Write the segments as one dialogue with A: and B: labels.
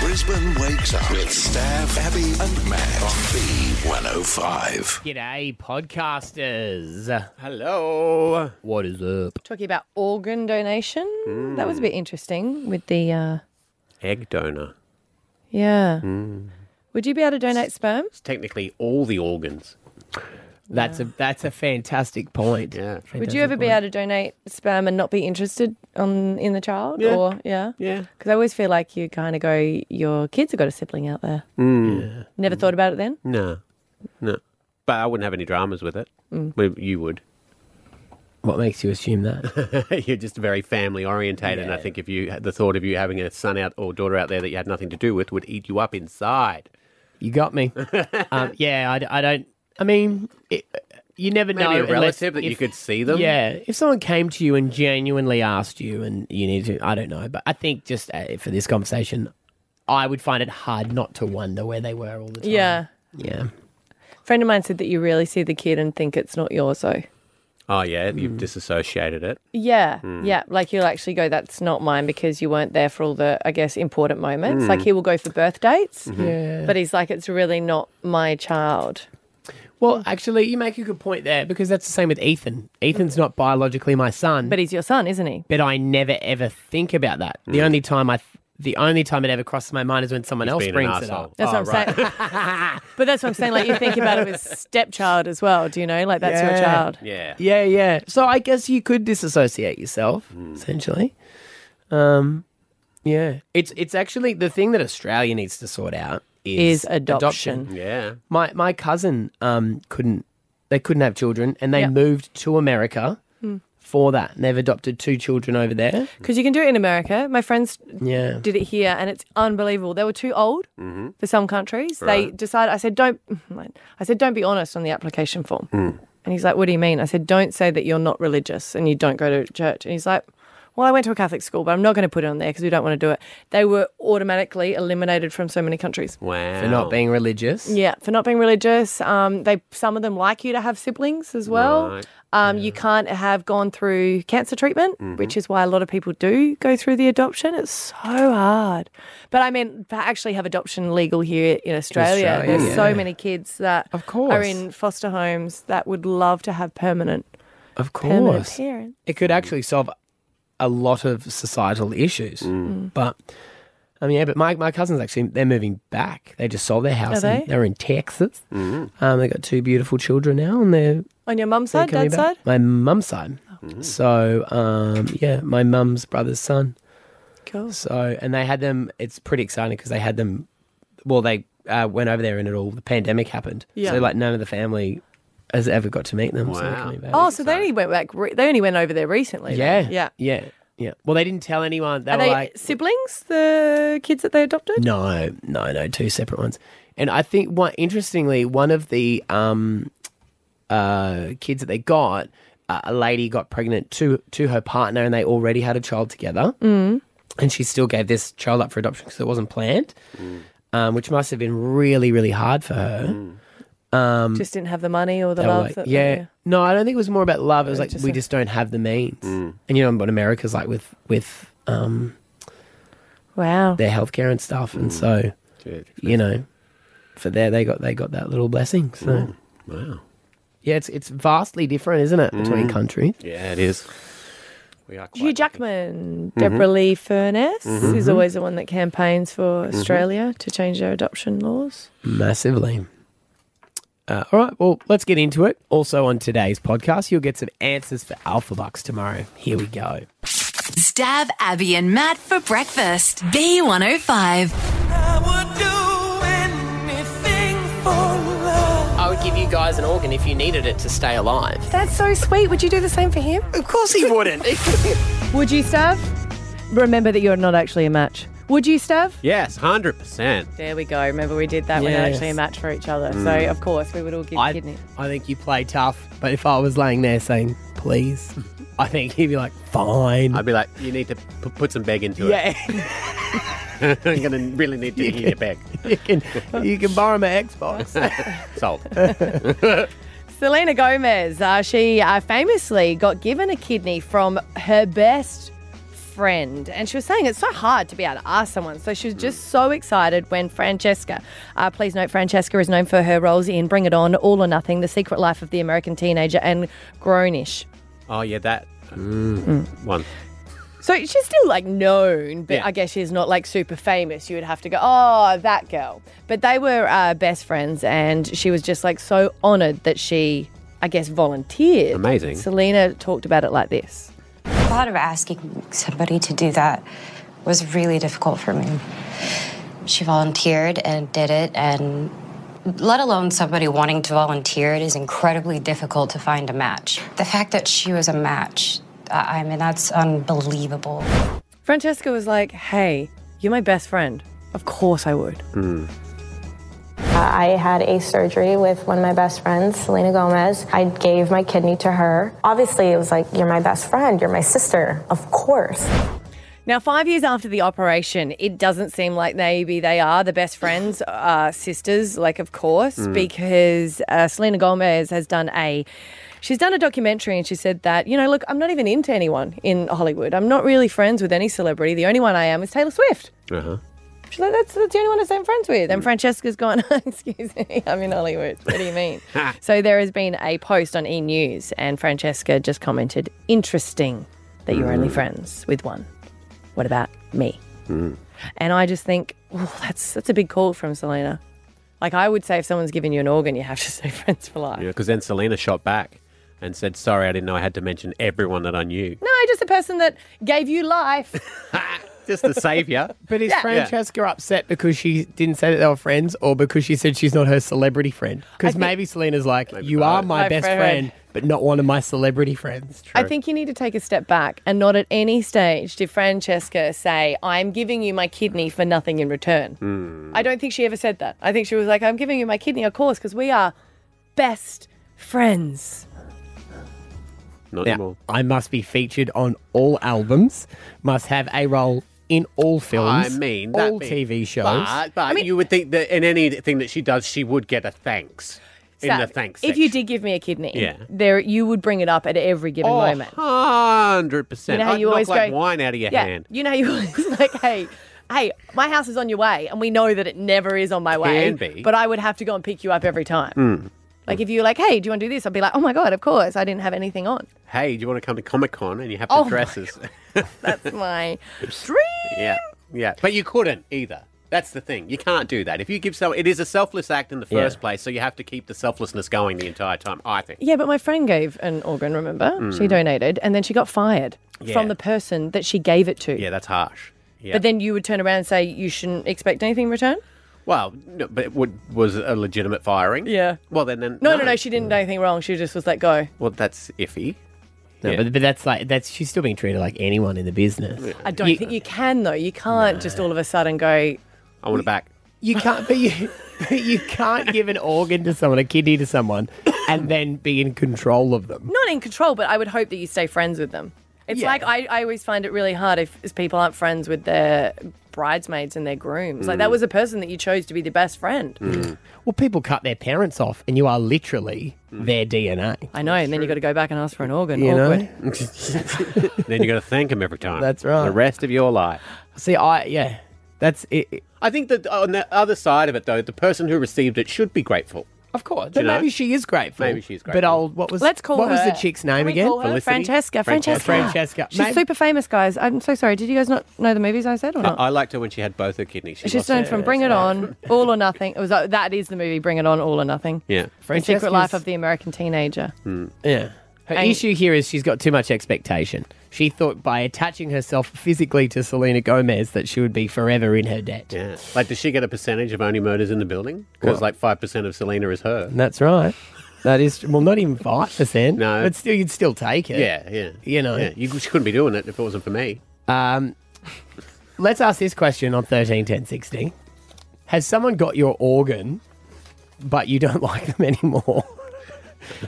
A: Brisbane wakes up with Staff, Abby, and Matt on B105.
B: G'day, podcasters.
C: Hello.
B: What is up?
D: talking about organ donation. That was a bit interesting with the uh,
C: Mm. Egg donor.
D: yeah.
B: Mm.
D: Would you be able to donate sperm?
C: It's technically all the organs.
B: That's a that's a fantastic point.
C: Yeah.
D: Would you ever be able to donate sperm and not be interested on in the child?
C: Yeah.
D: Or yeah,
C: Yeah.
D: Because I always feel like you kind of go, your kids have got a sibling out there.
C: Mm.
B: Mm.
D: Never thought about it then.
C: No. No. But I wouldn't have any dramas with it.
B: Mm.
C: Well, You would.
B: What makes you assume that?
C: You're just very family orientated, and I think if you the thought of you having a son out or daughter out there that you had nothing to do with would eat you up inside.
B: you got me. um, yeah, I d- I, don't. I mean, it, you never
C: Maybe
B: know.
C: a
B: unless
C: relative that you
B: if-
C: could see them.
B: Yeah, if someone came to you and genuinely asked you, and you need to, I don't know, but I think just uh, for this conversation, I would find it hard not to wonder where they were all the time.
D: Yeah.
B: yeah.
D: Friend of mine said that you really see the kid and think it's not yours though.
C: Oh yeah,
B: Mm.
C: you've disassociated it. Mm.
D: Yeah,
C: Hmm.
D: yeah. Like you'll actually go, that's not mine because you weren't there for all the, I guess, important moments.
C: Hmm.
D: Like he will go for birth dates,
C: Mm-hmm.
B: Yeah.
D: but he's like, it's really not my child.
B: Well, actually, you make a good point there because that's the same with Ethan. Ethan's not biologically my son,
D: But he's your son, isn't he?
B: but I never ever think about that. The
C: Mm.
B: only time I, the only time it ever crosses my mind is when someone else
C: Being an
B: brings it
C: asshole.
B: up.
D: That's
C: Oh,
D: what I'm
C: right.
D: saying. but that's what I'm saying. Like you think about it with stepchild as well. Do you know? Like that's your
B: Yeah.
D: child.
C: Yeah.
B: Yeah, yeah. So I guess you could disassociate yourself
C: Hmm.
B: essentially. Um, yeah. It's it's actually the thing that Australia needs to sort out is,
D: Is adoption.
C: Yeah.
B: My my cousin um couldn't they couldn't have children and they
D: Yep.
B: moved to America for that and they've adopted two children over there.
D: Because Hmm. you can do it in America. My friends
B: Yeah.
D: did it here, and it's unbelievable. They were too old
C: Mm-hmm.
D: for some countries. They decided. I said, don't. I said, don't be honest on the application form.
C: Hmm.
D: And he's like, what do you mean? I said, don't say that you're not religious and you don't go to church. And he's like. Well, I went to a Catholic school, but I'm not going to put it on there because we don't want to do it. They were automatically eliminated from so many countries.
C: Wow.
B: For not being religious.
D: Yeah, for not being religious. Um, they some of them like you to have siblings as well.
C: Right.
D: Um, You can't have gone through cancer treatment,
B: Mm-hmm.
D: which is why a lot of people do go through the adoption. It's so hard, but I mean, to actually have adoption legal here in Australia.
B: Australia,
D: There's
B: yeah.
D: so many kids that
B: Of course.
D: are in foster homes that would love to have permanent
B: Of
D: permanent
B: course.
D: parents.
B: it could actually solve a lot of societal issues.
D: Mm.
B: But I mean, yeah, but my, my cousins actually, they're moving back. They just sold their house.
D: Are
B: and
D: they?
B: They're in Texas. Um, they got two beautiful children now and they're,
D: On your mum's
B: they're
D: side,
B: coming
D: dad's side.
B: back.
D: Mm.
B: My mum's side. So, um, yeah, my mum's brother's son.
D: Cool.
B: So, and they had them, it's pretty exciting because they had them, well, they uh, went over there and it all, the pandemic happened.
D: Yeah.
B: So, like, none of the family has ever got to meet them. So they're
C: Wow.
B: coming back.
D: Oh, so they only went back. Re- they only went over there recently.
B: Yeah.
D: then. yeah.
B: Yeah. Yeah. Well, they didn't tell anyone. They
D: Are
B: were
D: they
B: like,
D: siblings? The kids that they adopted.
B: no, no, no, two separate ones. And I think, one, interestingly, one of the um, uh, kids that they got, uh, a lady got pregnant to to her partner, and they already had a child together. Mm. And she still gave this child up for adoption because it wasn't planned,
D: Mm.
B: um, which must have been really, really hard for her.
D: Mm.
B: Um,
D: just didn't have the money or the
B: They were
D: love.
B: like,
D: that
B: yeah.
D: They,
B: No, I don't think it was more about love. It was like
D: just Mm.
B: we
D: a-
B: just don't have the means. And you know what America's like with with um,
D: wow.
B: their healthcare and stuff, and so
C: Dude.
B: you know, for there they got they got that little blessing. So
C: Wow. Mm.
B: yeah, it's it's vastly different, isn't it, between countries?
C: Yeah, it is. We are quite
D: Hugh Jackman,
B: Mm-hmm.
D: Deborah Lee Furness is always the one that campaigns for
B: Mm-hmm.
D: Australia to change their adoption laws.
B: Massively. Uh, all right, well, let's get into it. Also, on today's podcast, you'll get some answers for Alpha Bucks tomorrow. Here we go.
E: Stab Abby and Matt for breakfast. B105.
B: I would give you guys an organ if you needed it to stay alive.
D: That's so sweet. Would you do the same for him?
B: Of course, he wouldn't.
D: Would you, Stav? Remember that you're not actually a match. Would you, Stav?
C: Yes, hundred percent.
D: There we go. Remember we did that. We're not
B: Yes. Mm.
D: actually a match for each other. So of course we would all give
B: I,
D: kidney.
B: I think you play tough, but if I was laying there saying, please, I think he'd be like, fine.
C: I'd be like, you need to p- put some beg into it.
B: yeah.
C: I'm gonna really need to hear your beg.
B: you can you can borrow my Xbox.
C: Sold.
D: Selena Gomez, uh, she uh, famously got given a kidney from her best friend. And she was saying it's so hard to be able to ask someone. So she was just so excited when Francesca, uh, please note, Francesca is known for her roles in Bring It On, All or Nothing, The Secret Life of the American Teenager, and Grownish.
C: Oh yeah, that
B: Mm.
C: one.
D: So she's still like known, but
C: Yeah.
D: I guess she's not like super famous. You would have to go, oh, that girl. But they were uh, best friends, and she was just like so honored that she, I guess, volunteered.
C: Amazing.
D: Selena talked about it like this.
F: The thought of asking somebody to do that was really difficult for me. She volunteered and did it, and let alone somebody wanting to volunteer, it is incredibly difficult to find a match. The fact that she was a match, I I mean, that's unbelievable.
D: Francesca was like, hey, you're my best friend. Of course I would.
G: Uh, I had a surgery with one of my best friends, Selena Gomez. I gave my kidney to her. Obviously, it was like, you're my best friend, you're my sister, of course.
D: Now, five years after the operation, it doesn't seem like maybe they are the best friends, uh, sisters, like, of course, because uh, Selena Gomez has done a. She's done a documentary and she said that, you know, look, I'm not even into anyone in Hollywood. I'm not really friends with any celebrity. The only one I am is Taylor Swift.
C: Uh-huh.
D: She's like, that's, that's the only one I'm friends with.
C: Mm.
D: And Francesca's gone, excuse me, I'm in Hollywood. What do you mean? so there has been a post on E! News and Francesca just commented, interesting that you're
C: Mm.
D: only friends with one. What about me?
C: Mm.
D: And I just think, oh, that's, that's a big call from Selena. Like I would say if someone's giving you an organ, you have to stay friends for life.
C: Because then Selena shot back and said, "Sorry, I didn't know I had to mention everyone that I knew."
D: No, just a person that gave you life.
C: Just to save you.
B: But is Francesca upset because she didn't say that they were friends or because she said she's not her celebrity friend? Because maybe Selena's like, you are my,
D: My
B: best
D: friend."
B: friend. but not one of my celebrity friends.
D: I think you need to take a step back and not at any stage did Francesca say, I'm giving you my kidney for nothing in return. I don't think she ever said that. I think she was like, I'm giving you my kidney, of course, because we are best friends.
C: Not
B: Now,
C: anymore.
B: I must be featured on all albums, must have a role in all
C: I
B: films,
C: mean, that
B: all
C: being-
B: TV shows.
C: But, but you would think that in anything that she does, she would get a thanks in the
D: Zach,
C: thanks.
D: if you did give me a kidney,
C: Yeah.
D: there you would bring it up at every given moment.
C: hundred
D: You
C: percent.
D: know how
C: I'd
D: you
C: knock
D: always
C: like
D: go
C: wine out of your
D: yeah,
C: hand.
D: You know how you always like, hey, hey, my house is on your way, and we know that it never is on my way.
C: Can be.
D: But I would have to go and pick you up every time.
C: Hmm.
D: Like if you're like, hey, do you want to do this? I'd be like, oh my god, of course. I didn't have anything on.
C: Hey, do you want to come to Comic Con? And you have to
D: Oh my
C: dresses.
D: That's my dream.
C: Yeah, yeah. But you couldn't either. That's the thing. You can't do that. If you give someone, it is a selfless act in the first place. So you have to keep the selflessness going the entire time. I think.
D: Yeah, but my friend gave an organ, remember?
B: Mm.
D: She donated, and then she got fired
C: Yeah.
D: from the person that she gave it to.
C: Yeah, that's harsh. Yeah.
D: But then you would turn around and say you shouldn't expect anything in return?
C: well, no, but it would, was a legitimate firing.
D: Yeah.
C: Well, then, then
D: No, no, no, she didn't do anything wrong. She just was let go.
C: Well, that's iffy.
B: No,
C: Yeah.
B: but, but that's like that's she's still being treated like anyone in the business.
D: I don't think you can though. You can't just all of a sudden go,
C: I want it back.
B: You can't, but you, but you can't give an organ to someone, a kidney to someone, and then be in control of them.
D: not in control, but I would hope that you stay friends with them. It's like I, I always find it really hard if, if people aren't friends with their bridesmaids and their grooms. Like that
B: Mm.
D: was a person that you chose to be the best friend.
C: Hmm.
B: Well, people cut their parents off, and you are literally
C: Hmm.
B: their DNA.
D: I know, and then you got to go back and ask for an organ.
B: You know?
D: Awkward.
C: then you got to thank him every time.
B: That's right.
C: The rest of your life.
B: See, I yeah, that's it. it-
C: I think that on the other side of it, though, the person who received it should be grateful.
B: of course, but
C: you know?
B: maybe she is grateful.
C: Maybe she is
B: But
C: grateful.
B: old, what was
D: Let's call
B: what was
D: her-
B: the chick's name
D: Can we
B: again?
D: call her?
C: Felicity?
D: Francesca. Francesca.
C: Francesca.
B: Francesca.
D: She's
B: Maybe-
D: super famous, guys. I'm so sorry. Did you guys not know the movies I said or not?
C: I liked her when she had both her kidneys. She
D: She's
C: lost
D: known
C: her-
D: from Bring It On, All or Nothing. It was uh, that is the movie Bring It On, All or Nothing.
C: Yeah.
D: The Secret Life
B: Francesca's-
D: of the American Teenager.
B: Yeah. Her
D: And-
B: issue here is she's got too much expectation. She thought by attaching herself physically to Selena Gomez that she would be forever in her debt.
C: Yeah. Like, does she get a percentage of only murders in the building? Because like five percent of Selena is her.
B: That's right. That is well, not even five percent.
C: No.
B: but still, you'd still take it.
C: Yeah, yeah.
B: You know.
C: yeah. You, she couldn't be doing it if it wasn't for me.
B: um, Let's ask this question on thirteen ten sixty. Has someone got your organ, but you don't like them anymore?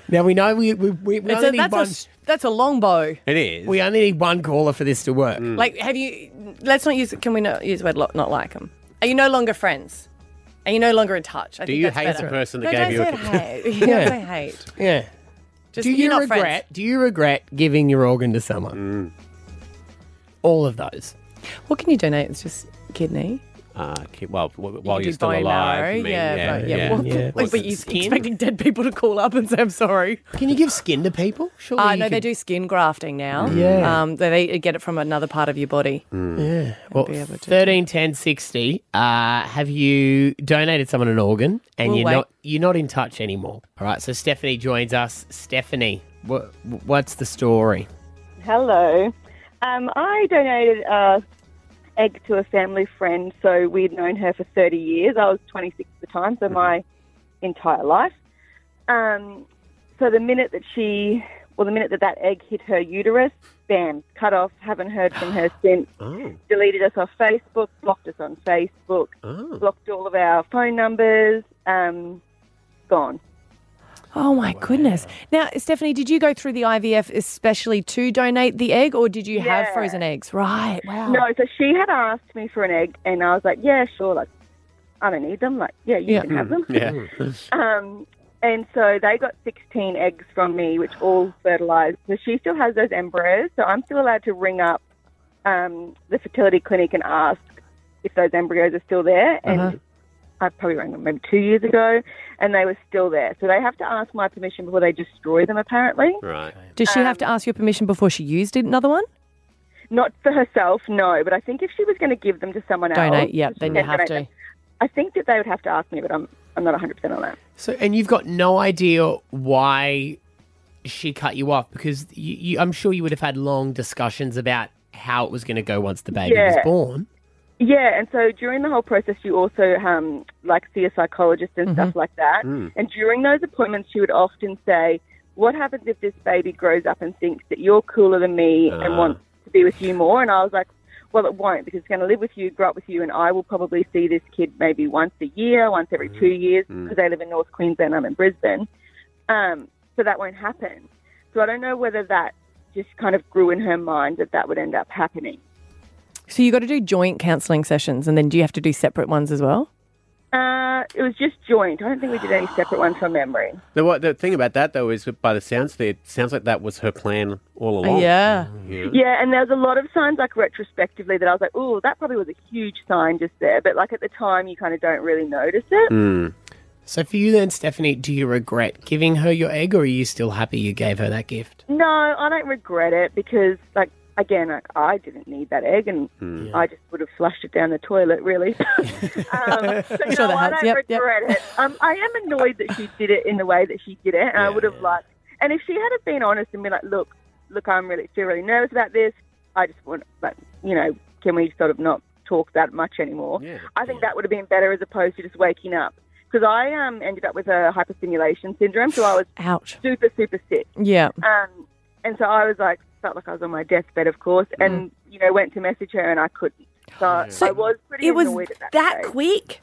B: now we know we we, we, we
D: It's
B: only
D: a,
B: need
D: that's, a,
B: one.
D: s- that's a long bow.
C: It is.
B: we only need one caller for this to work.
C: Hmm.
D: Like, have you? Let's not use. Can we not use word not like them? Are you no longer friends? Are you no longer in touch? I
C: Do
D: think
C: you
D: that's
C: hate
D: better.
C: the person that
D: No,
C: gave
D: don't
C: you?
D: say
C: A,
D: hate. You don't say hate.
B: Yeah.
D: Just
B: Do you
D: you're not
B: regret?
D: friends.
B: Do you regret giving your organ to someone? all of those.
D: What can you donate? It's just kidney.
C: Uh, keep, well, w- while
D: You
C: you're
D: did
C: still
D: bone
C: alive.
D: marrow,
C: I mean,
D: yeah, right, yeah. What-
B: yeah.
D: Like, but you're expecting dead people to call up and say, I'm sorry.
B: Can you give skin to people? Sure.
D: Uh, no, they do skin grafting now.
B: Mm. Yeah. Mm.
D: Um, they, they get it from another part of your body.
B: Yeah. Well,
D: be able to do-
B: 13, 10, 60. Uh, have you donated someone an organ and
D: We'll
B: you're
D: wait.
B: not you're not in touch anymore? All right. So Stephanie joins us. Stephanie, what what's the story?
H: Hello. Um, I donated a egg to a family friend, so we'd known her for 30 years. I was 26 at the time, so my entire life. Um, so the minute that she, well, the minute that that egg hit her uterus, bam, cut off, haven't heard from her since. Deleted us off Facebook, blocked us on Facebook, blocked all of our phone numbers, um, gone.
D: Oh, my goodness. Now, Stephanie, did you go through the IVF especially to donate the egg or did you have
H: Yeah.
D: frozen eggs? Right. Wow.
H: No, so she had asked me for an egg, and I was like, yeah, sure, like, I don't need them. Like, yeah, you
D: Yeah.
H: can have them.
C: Mm. Yeah.
H: Um, and so they got 16 eggs from me, which all fertilized. So she still has those embryos, so I'm still allowed to ring up um, the fertility clinic and ask if those embryos are still there. And I probably rang them maybe two years ago, and they were still there. So they have to ask my permission before they destroy them, apparently.
C: Right.
D: Does she have to ask your permission before she used another one?
H: Um, Not for herself, no, but I think if she was going to give them to someone else.
D: Donate, yeah,
H: she
D: then you
H: said
D: have
H: donate
D: to.
H: them. I think that they would have to ask me, but I'm, I'm not 100% on that.
B: So and you've got no idea why she cut you off because you, you, I'm sure you would have had long discussions about how it was going to go once the baby was
H: Yeah.
B: born.
H: Yeah, and so during the whole process, you also um, like see a psychologist and stuff like that. And during those appointments, she would often say, "What happens if this baby grows up and thinks that you're cooler than me and wants to be with you more?" And I was like, "Well, it won't because it's going to live with you, grow up with you, and I will probably see this kid maybe once a year, once every two years because they live in North Queensland, I'm in Brisbane. Um, so that won't happen. So I don't know whether that just kind of grew in her mind that that would end up happening."
D: So you got to do joint counselling sessions and then do you have to do separate ones as well?
H: Uh, it was just joint. I don't think we did any separate ones from memory.
C: The, what, the thing about that, though, is that by the sounds of it, it sounds like that was her plan all along.
D: Uh, Yeah.
H: Yeah, and there was a lot of signs, like retrospectively, that I was like, "Oh, that probably was a huge sign just there." But like at the time, you kind of don't really notice it.
C: Hmm.
B: So for you then, Stephanie, do you regret giving her your egg, or are you still happy you gave her that gift?
H: No, I don't regret it because, like, again, like I didn't need that egg, and I just would have flushed it down the toilet, really. um, so no,
D: Sure that
H: I
D: helps.
H: don't
D: Yep, yep.
H: regret it. Um, I am annoyed that she did it in the way that she did it, and I would have liked. And if she had have been honest and been like, "Look, look, I'm really feel really nervous about this. I just want, like, you know, can we sort of not talk that much anymore?"
C: Yeah,
H: I think that would have been better as opposed to just waking up. Because I um, ended up with a hyperstimulation syndrome, so I was
D: Ouch.
H: super, super sick.
D: Yeah.
H: Um, and so I was like, felt like I was on my deathbed, of course,
C: Mm-hmm.
H: and you know, went to message her and I couldn't.
C: Oh,
H: So,
D: So
H: I was pretty
D: It was
H: annoyed at that.
D: that
H: stage.
D: quick.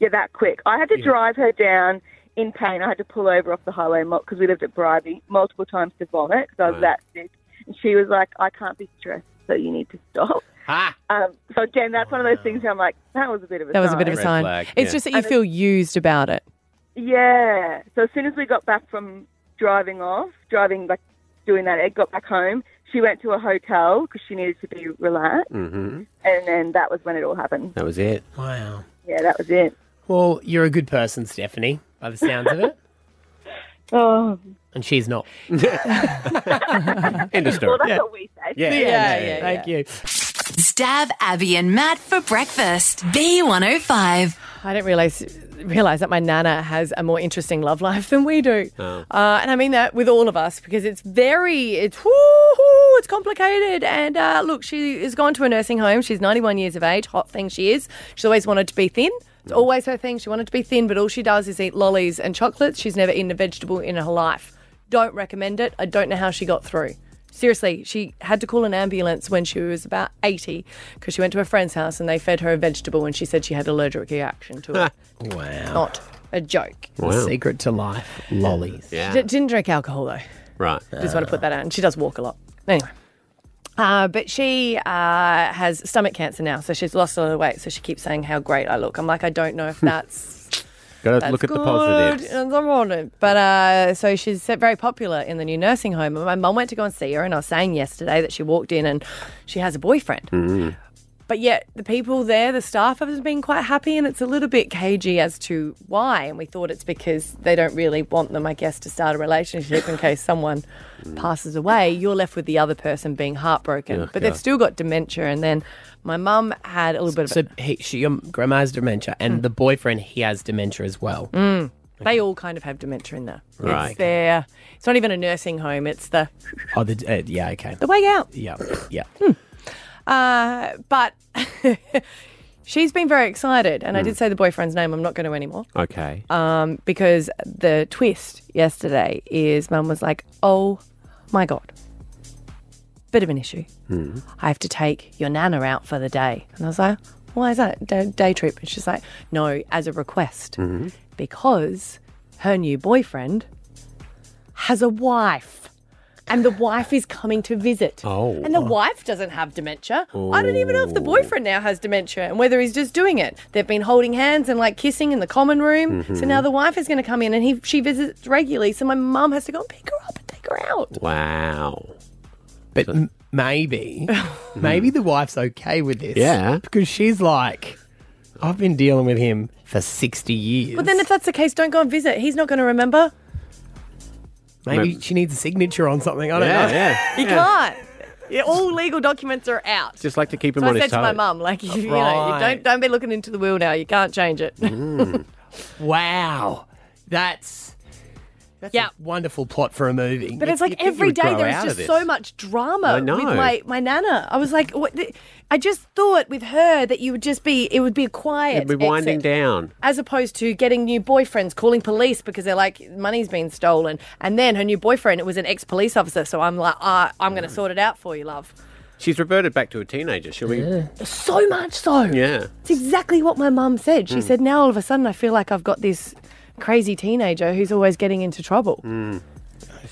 H: Yeah, that quick. I had to drive her down in pain. I had to pull over off the highway because we lived at Bribey multiple times to vomit because I was that sick. And she was like, I can't be stressed, so you need to stop.
C: Ha!
H: Um, so again, that's one of those things where I'm like, that was a bit of a
D: That was a bit of a sign.
C: Red
H: sign.
C: flag,
D: It's
C: yeah.
D: just that you feel used about it.
H: Yeah. So as soon as we got back from driving off, driving like doing that egg, got back home, she went to a hotel because she needed to be relaxed,
C: hmm
H: and then that was when it all happened.
C: That was it.
B: Wow.
H: Yeah, that was it.
B: Well, you're a good person, Stephanie, by the sounds of it,
H: Oh,
B: and she's not.
C: End of story.
H: well, that's what we said.
C: yeah.
D: Yeah, yeah,
B: Thank you.
E: Stab Abby and Matt for breakfast. B105.
D: I didn't realize realize that my nana has a more interesting love life than we do,
C: Oh.
D: uh, and I mean that with all of us because it's very it's woo-hoo, it's complicated. And uh, look, she has gone to a nursing home. She's 91 years of age. Hot thing she is. She's always wanted to be thin. It's always her thing. She wanted to be thin, but all she does is eat lollies and chocolates. She's never eaten a vegetable in her life. Don't recommend it. I don't know how she got through. Seriously, she had to call an ambulance when she was about 80 because she went to a friend's house and they fed her a vegetable and she said she had allergic reaction to it.
B: Wow.
D: Not a joke.
C: Wow.
B: Secret to life, lollies.
D: D-
C: Yeah.
D: didn't drink alcohol though.
C: Right.
D: Just want to put that out. And she does walk a lot. Anyway. Uh, but she uh, has stomach cancer now, so she's lost a lot of weight. So she keeps saying how great I Hmm. look. I'm like, I don't know if that's
C: Got to
D: That's
C: look at the
D: good
C: positives.
D: and the positive. But uh, so she's set- very popular in the new nursing home. And my mum went to go and see her, and I was saying yesterday that she walked in and she has a boyfriend. But yet, the people there, the staff, have been quite happy, and it's a little bit cagey as to why. And we thought it's because they don't really want them, I guess, to start a relationship in case someone passes away. You're left with the other person being heartbroken. but they've still got dementia. And then my mum had a little bit of.
B: So he, she, your grandma's dementia,
D: Hmm.
B: and the boyfriend he has dementia as well.
D: They all kind of have dementia in there.
C: Right.
D: It's their. It's not even a nursing home. It's the
B: Oh, the, uh, yeah, okay,
D: the way out.
B: yeah, yeah.
D: Uh, but she's been very excited, and I did say the boyfriend's name. I'm not going to anymore
C: Mm. Okay.
D: um, because the twist yesterday is Mum was like, "Oh my god, bit of an issue. I have to take your nana out for the day," and I was like, "Why is that day, day trip?" And she's like, "No, as a request because her new boyfriend has a wife." And the wife is coming to visit.
C: Oh.
D: And the wife doesn't have dementia.
I: Oh.
D: I don't even know if the boyfriend now has dementia and whether he's just doing it. They've been holding hands and like kissing in the common room. So
C: Mm-hmm.
D: now the wife is going to come in and he she visits regularly. So my mum has to go and pick her up and take her out.
C: wow.
B: But m- maybe, maybe the wife's okay with this.
C: Yeah.
B: because she's like, I've been dealing with him for sixty years.
D: But then if that's the case, don't go and visit. He's not going to remember.
B: maybe she needs a signature on something. I don't
C: Yeah,
B: know.
C: yeah.
D: You can't. Yeah, All legal documents are out.
C: Just like to keep him
D: so
C: on
D: I said
C: his
D: to my
C: toes.
D: mum, like, you, you know,
B: Right.
D: you don't don't be looking into the wheel now. You can't change it.
C: Hmm.
B: Wow, that's that's
D: Yeah.
B: a wonderful plot for a movie.
D: But it's
C: you'd
D: like
C: think you
D: every
C: would
D: day
C: grow
D: there was
C: out of
D: just
C: this.
D: so much
C: I
D: drama with
C: know.
D: my, my nana. I was like, what the, I just thought with her that you would just be, it would be a quiet.
C: It'd be winding
D: exit,
C: down.
D: As opposed to getting new boyfriends, calling police because they're like, money's been stolen. And then her new boyfriend, it was an ex police officer. So I'm like, ah, I'm going to sort it out for you, love.
C: She's reverted back to a teenager. Shall we? Yeah.
D: So much so. It's exactly what my mum said.
C: Hmm.
D: She said, now all of a sudden I feel like I've got this crazy teenager who's always getting into trouble.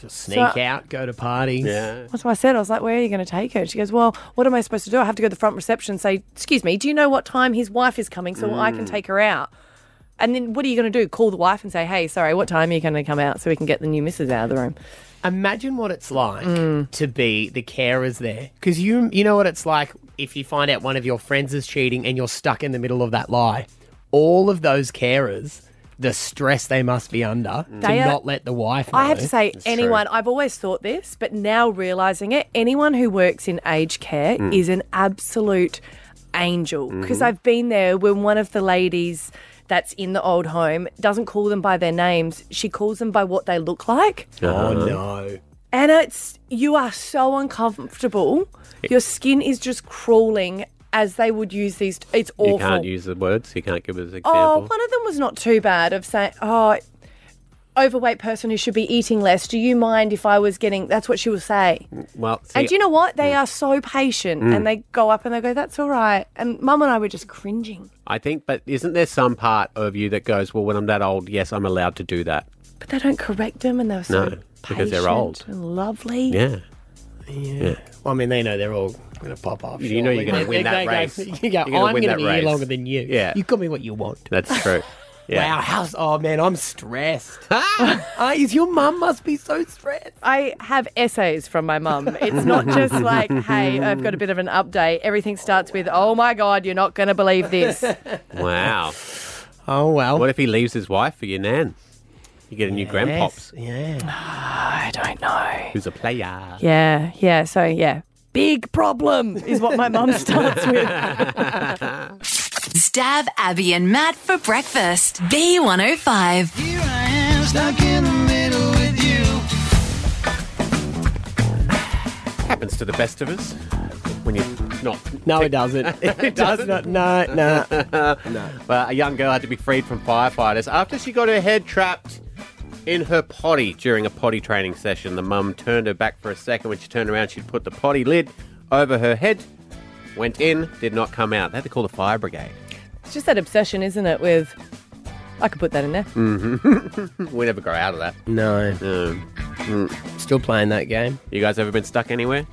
B: sneak
D: so-
B: out, go to parties.
C: Hmm. Yeah.
D: That's what I said. I was like, where are you going to take her? She goes, well, what am I supposed to do? I have to go to the front reception and say, excuse me, do you know what time his wife is coming so I can take her out? And then what are you going to do? Call the wife and say, hey, sorry, what time are you going to come out so we can get the new missus out of the room?
B: Imagine what it's like
D: Mm.
B: to be the carers there, because you you know what it's like if you find out one of your friends is cheating and you're stuck in the middle of that lie. All of those carers, the stress they must be under
D: They
B: to
D: are-
B: not let the wife. Know.
D: I have to say,
C: That's
D: anyone,
C: true.
D: I've always thought this, but now realizing it, anyone who works in aged care
C: Mm.
D: is an absolute angel.
C: Mm-hmm.
D: Because I've been there when one of the ladies that's in the old home doesn't call them by their names, she calls them by what they look like.
C: Uh-huh.
B: oh no.
D: And it's you are so uncomfortable. Your skin is just crawling as they would use these. It's awful.
C: You can't use the words. You can't give us
D: oh,
C: examples.
D: one of them was not too bad of saying, "Oh, overweight person who should be eating less. Do you mind if I was getting?" That's what she will say.
C: well, see, Mm.
D: And do you know what? They are so patient, and they go up and they go, "That's all right." And Mum and I were just cringing.
C: I think, but isn't there some part of you that goes, well, when I'm that old, yes, I'm allowed to do that?
D: But they don't correct them, and they're so
C: No, because they're
D: patient
C: old.
D: and lovely.
C: Yeah.
B: Well, I mean, they know they're all going to pop off.
C: You know you're
B: surely.
C: gonna win
B: They-
C: that
B: they go-
C: race.
B: You go,
C: You're gonna
B: I'm
C: win
B: going to
C: that
B: be
C: race."
B: here longer than you.
C: Yeah.
B: You call me what you want.
C: That's true. Yeah.
B: Wow, how's oh man, I'm stressed. Ah, is your mum must be so stressed.
D: I have essays from my mum. It's not just like, hey, I've got a bit of an update. Everything starts with, oh my God, you're not going to believe this.
C: Wow.
B: Oh well.
C: What if he leaves his wife for your nan? You get a new grandpops
B: Yeah.
D: I don't know.
C: who's a player.
D: Yeah, yeah. So, yeah. Big problem is what my mum starts with.
E: Stab Abby and Matt for breakfast. B105.
C: Happens to the best of us when you're not.
B: No, it doesn't. it does not. No, no.
C: Well, a young girl had to be freed from firefighters after she got her head trapped in her potty during a potty training session. The mum turned her back for a second. When she turned around, she'd put the potty lid over her head, went in, did not come out. They had to call the fire brigade.
D: It's just that obsession, isn't it? With, I could put that in there.
C: We never got out of that.
B: Mm-hmm. No. Mm.
C: Um,
B: Still playing that game.
C: you guys ever been stuck anywhere?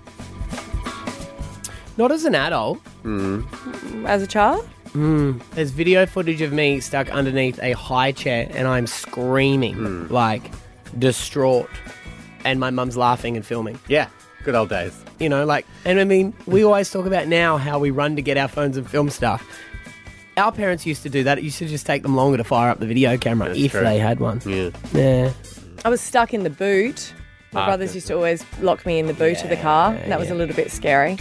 B: Not as an adult.
C: Mm.
D: Mm, As a child?
B: There's video footage of me stuck underneath a high chair and I'm screaming,
C: Hmm.
B: like distraught. And my mum's laughing and filming.
C: Yeah, good old days.
B: You know, like, and I mean, we always talk about now how we run to get our phones and film stuff. Our parents used to do that. It used to just take them longer to fire up the video camera if
C: true.
B: they had one.
C: Yeah.
B: Yeah.
D: I was stuck in the boot. My
C: Ah,
D: brothers
C: good.
D: used to always lock me in the boot of the car. and that was a little bit scary.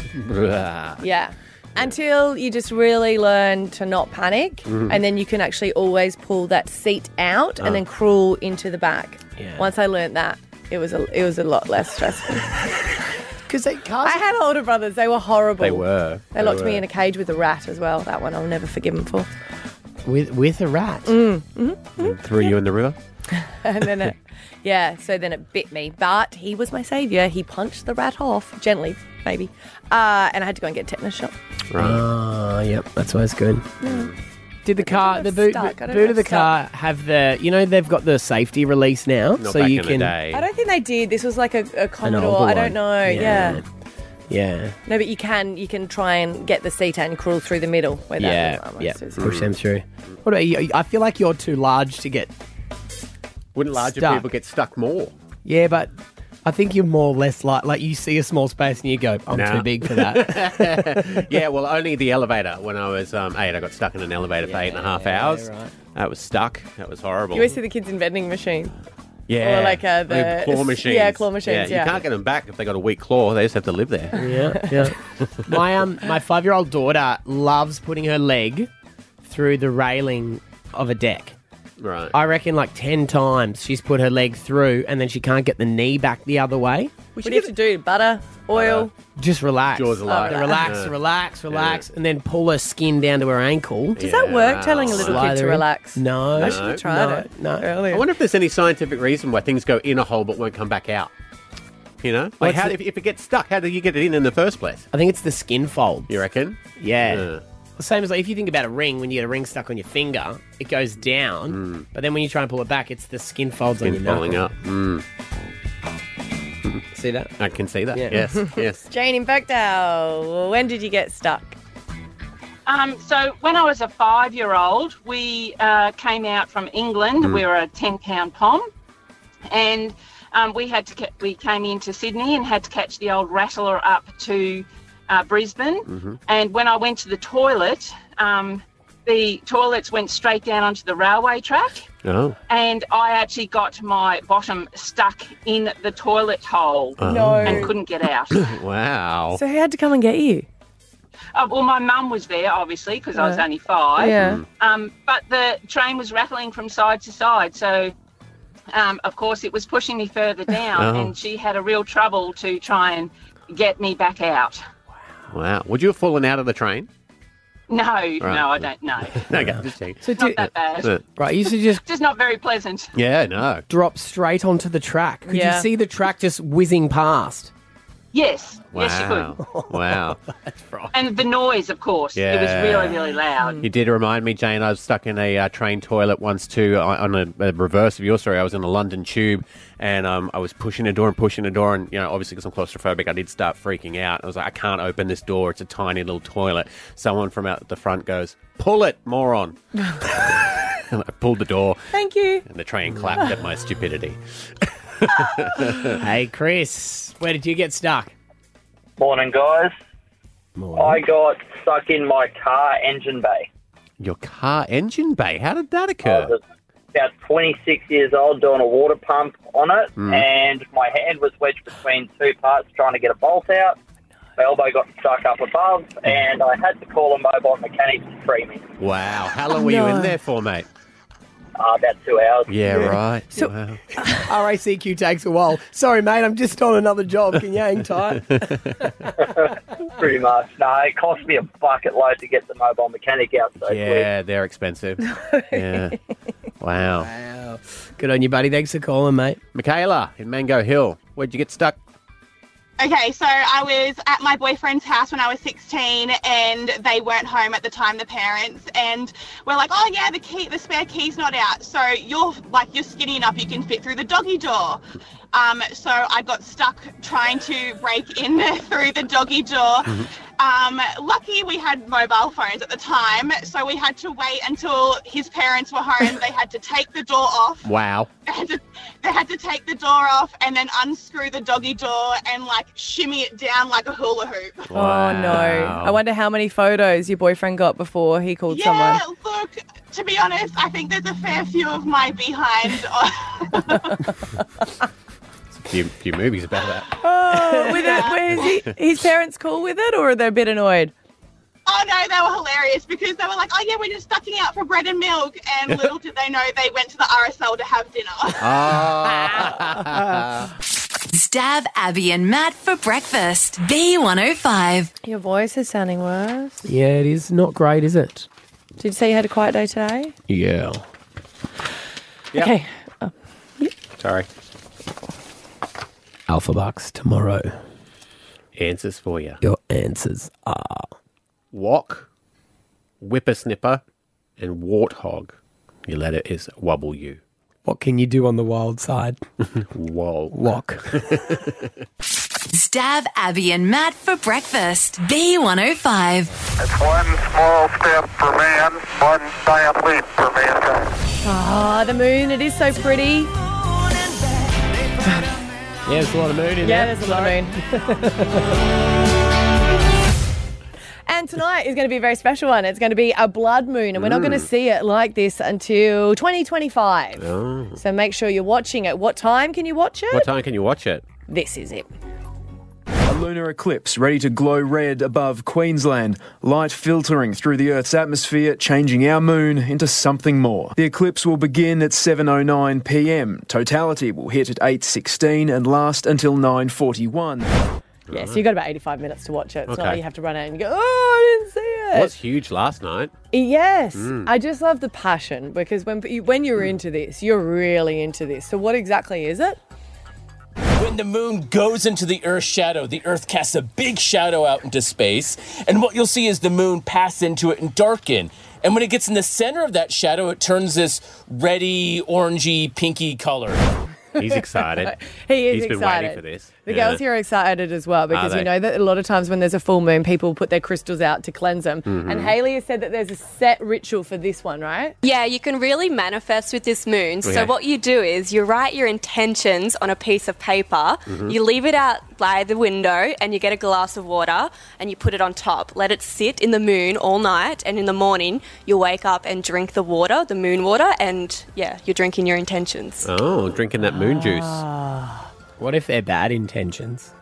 D: Yeah. Until you just really learn to not panic, and then you can actually always pull that seat out and then crawl into the back.
B: Yeah.
D: Once I learned that, it was a it was a lot less stressful.
B: Because they
D: I
B: cast.
D: had older brothers; they were horrible.
C: They were.
D: They locked me
C: were.
D: in a cage with a rat as well. That one I'll never forgive them for. Mm.
B: with, with a rat.
C: Mm. Threw you in the river.
D: And then it, yeah, so then it bit me. But he was my savior. He punched the rat off gently, maybe, uh, and I had to go and get a tetanus shot.
B: Ah, yep, that's always good. Did the car, the
D: if
B: boot,
D: stuck. I don't
B: boot
D: know
B: of the
D: if stuck.
B: car have the, you know, they've got the safety release now,
C: Not
B: so
C: back
B: you
C: in
B: can,
C: the day.
D: I don't think they did. This was like a, a Commodore.
B: older
D: I don't
B: one.
D: know.
B: Yeah.
D: yeah.
B: yeah,
D: No, but you can you can try and get the seat out and crawl through the middle where that
B: yeah,
D: little arm
B: yeah,
D: is.
B: push them through. What about you? I feel like you're too large to get.
C: Wouldn't larger
B: Stuck.
C: people get stuck more?
B: Yeah, but I think you're more or less like like you see a small space and you go, I'm
C: Nah.
B: too big for that.
C: yeah, well, only the elevator. When I was um, eight, I got stuck in an elevator for eight and a half hours. That was stuck. That was horrible.
D: You always see the kids in vending machine.
C: yeah,
D: or like, uh,
C: They have
D: the-
C: claw
D: yeah,
C: machines.
D: claw machines, yeah.
C: you can't get them back if they got a weak claw. They just have to live there.
B: yeah, yeah. My um, my five year old daughter loves putting her leg through the railing of a deck.
C: right.
B: I reckon like 10 times she's put her leg through and then she can't get the knee back the other way.
D: What do you have to do? Butter, oil.
B: Just relax.
C: Jaws alive.
B: Relax, relax,
C: Yeah.
B: relax, and then pull her skin down to her ankle.
D: Does that work?
C: wow.
D: Telling a little kid
B: Slither
D: to
B: in.
D: relax.
B: No.
D: I should have tried it.
B: No.
D: earlier.
C: I wonder if there's any scientific reason why things go in a hole but won't come back out. You know, like
B: What's
C: how,
B: the-
C: if, if it gets stuck, how do you get it in in the first place?
B: I think it's the skin fold.
C: You reckon?
B: Yeah.
C: Yeah.
B: The Same as like if you think about a ring, when you get a ring stuck on your finger, it goes down.
C: Hmm.
B: But then when you try and pull it back, it's the skin folds on
C: In
B: your
C: falling
B: knuckle.
C: up. Mm,
B: See that?
C: I can see that.
B: Yeah.
C: Yes. yes.
D: Jane in Bergdale, when did you get stuck?
J: Um, so when I was a five-year-old, we uh, came out from England. We were a ten-pound pom, and um, we had to ca- we came into Sydney and had to catch the old rattler up to uh,
K: Mm.
J: Brisbane.
K: Mm-hmm.
J: And when I went to the toilet, um, the toilets went straight down onto the railway track,
C: Oh.
J: and I actually got my bottom stuck in the toilet hole and couldn't get out.
C: Wow.
D: So who had to come and get you?
J: Uh, well, my mum was there, obviously, because I was
D: Yeah.
J: only five.
D: Yeah.
J: Um, but the train was rattling from side to side. So, um, of course, it was pushing me further down,
C: Oh.
J: and she had a real trouble to try and get me back out.
C: wow. Would you have fallen out of the train?
J: No, no, I don't know.
C: Okay. Just check.
B: So
J: Not
B: do,
J: that bad.
B: right, you should just
J: Just not very pleasant.
C: Yeah. No.
B: drop straight onto the track. Could
D: Yeah.
B: you see the track just whizzing past?
J: Yes,
C: Wow.
J: yes, you could.
C: Wow.
J: And the noise, of course. It
C: Yeah.
J: was really, really loud.
C: You did remind me, Jane. I was stuck in a uh, train toilet once too. I, on a, a reverse of your story, I was in a London tube, and um, I was pushing a door and pushing a door, and you know, obviously because I'm claustrophobic, I did start freaking out. I was like, I can't open this door. It's a tiny little toilet. Someone from out the front goes, "Pull it, moron!" and I pulled the door,
D: Thank you.
C: and the train clapped at my stupidity.
B: Hey, Chris, where did you get stuck?
L: Morning, guys. I got stuck in my car engine bay.
C: Your car engine bay. How did that
B: Oh,
L: I
C: occur?
L: was about 26 years old doing a water pump on it,
C: Hmm.
L: and my hand was wedged between two parts trying to get a bolt out. My elbow got stuck up above,
C: Hmm.
L: and I had to call a mobile mechanic to free me.
C: Wow. How long were you in
D: No.
C: there for, mate?
L: Uh, about two hours.
C: Yeah, right.
D: So-
C: Wow.
B: RACQ takes a while. Sorry, mate, I'm just on another job. Can you hang tight?
L: Pretty much. No, it cost me a bucket load to get the mobile mechanic out. So
C: Yeah, they're expensive. yeah. Wow.
B: wow. Good on you, buddy. Thanks for calling, mate.
C: Michaela in Mango Hill, where'd you get stuck?
I: Okay, so I was at my boyfriend's house when I was 16, and they weren't home at the time, the parents, and we're like, oh yeah, the key, the spare key's not out, so you're like you're skinny enough, you can fit through the doggy door. Um, so I got stuck trying to break in through the doggy door. Um, lucky we had mobile phones at the time, so we had to wait until his parents were home. they had to take the door off.
C: Wow.
I: They had, to, they had to take the door off and then unscrew the doggy door and like shimmy it down like a hula hoop.
D: Oh no! I wonder how many photos your boyfriend got before he called
I: Yeah,
D: someone.
I: look, to be honest, I think there's a fair few of my behind. Oh,
C: Few, few movies about that.
D: Oh, with it, where is he, his parents cool with it, or are they a bit annoyed?
I: oh no, they were hilarious because they were like, oh yeah, we're just ducking out for bread and milk. And little did they know they went to the RSL to have dinner.
E: Ah. Stab Abby and Matt for breakfast. B105.
D: Your voice is sounding worse.
B: Yeah, it is not great, is it?
D: Did you say you had a quiet day today?
B: Yeah.
D: Okay.
C: Sorry.
B: Alpha Bucks tomorrow.
C: Answers for you.
B: Your answers are
C: Wok, whippersnipper, and warthog. Your letter is wobble you.
B: what can you do on the wild side?
C: Whoa.
B: Walk.
E: Stab Abby and Matt for breakfast. B105.
M: It's one small step for man, one giant leap for mankind.
D: Ah, the moon. It is so pretty.
B: yeah, there's a lot of mood in
D: Yeah, there's a lot of moon. And tonight is going to be a very special one. It's going to be a blood moon, and we're not going
C: Mm.
D: to see it like this until 2025.
B: Oh.
D: So make sure you're watching it. What time can you watch it?
C: What time can you watch it?
D: This is it.
N: A lunar eclipse ready to glow red above Queensland, light filtering through the Earth's atmosphere, changing our moon into something more. The eclipse will begin at 7:09 p.m. Totality will hit at 8:16 and last until 9:41.
D: Yeah, so you've got about 85 minutes to watch it. It's not
C: Okay.
D: like you have to run out and go, oh, I didn't see it.
C: Was huge last night.
D: Yes,
C: Mm.
D: I just love the passion because when when you're into this, you're really into this. So what exactly is it?
K: When the moon goes into the Earth's shadow, the Earth casts a big shadow out into space, and what you'll see is the moon pass into it and darken. And when it gets in the center of that shadow, it turns this reddy, orangey, pinky color.
C: He's excited.
D: He is
C: He's been
D: excited.
C: waiting for this.
D: The
C: Yeah.
D: girls here are excited as well because
C: they?
D: you know that a lot of times when there's a full moon, people put their crystals out to cleanse them. And
O: Mhm.
C: Mm-hmm.
D: Haley has said that there's a set ritual for this one, right?
O: Yeah, you can really manifest with this moon.
D: Okay.
O: So, what you do is you write your intentions on a piece of paper,
D: Mhm.
O: you leave it out by the window, and you get a glass of water and you put it on top. Let it sit in the moon all night, and in the morning, you'll wake up and drink the water, the moon water, and yeah, you're drinking your intentions.
C: Oh, drinking that moon juice.
D: Ah.
B: What if they're bad intentions?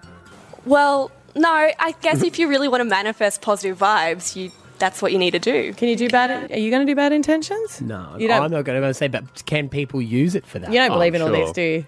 O: Well, no, I guess if you really want to manifest positive vibes, you that's what you need to do.
D: Can you do bad? Are you going to do bad intentions?
B: No,
D: You don't-
B: I'm not going to say, but can people use it for that?
D: You
C: Oh,
D: don't believe in all this, do you?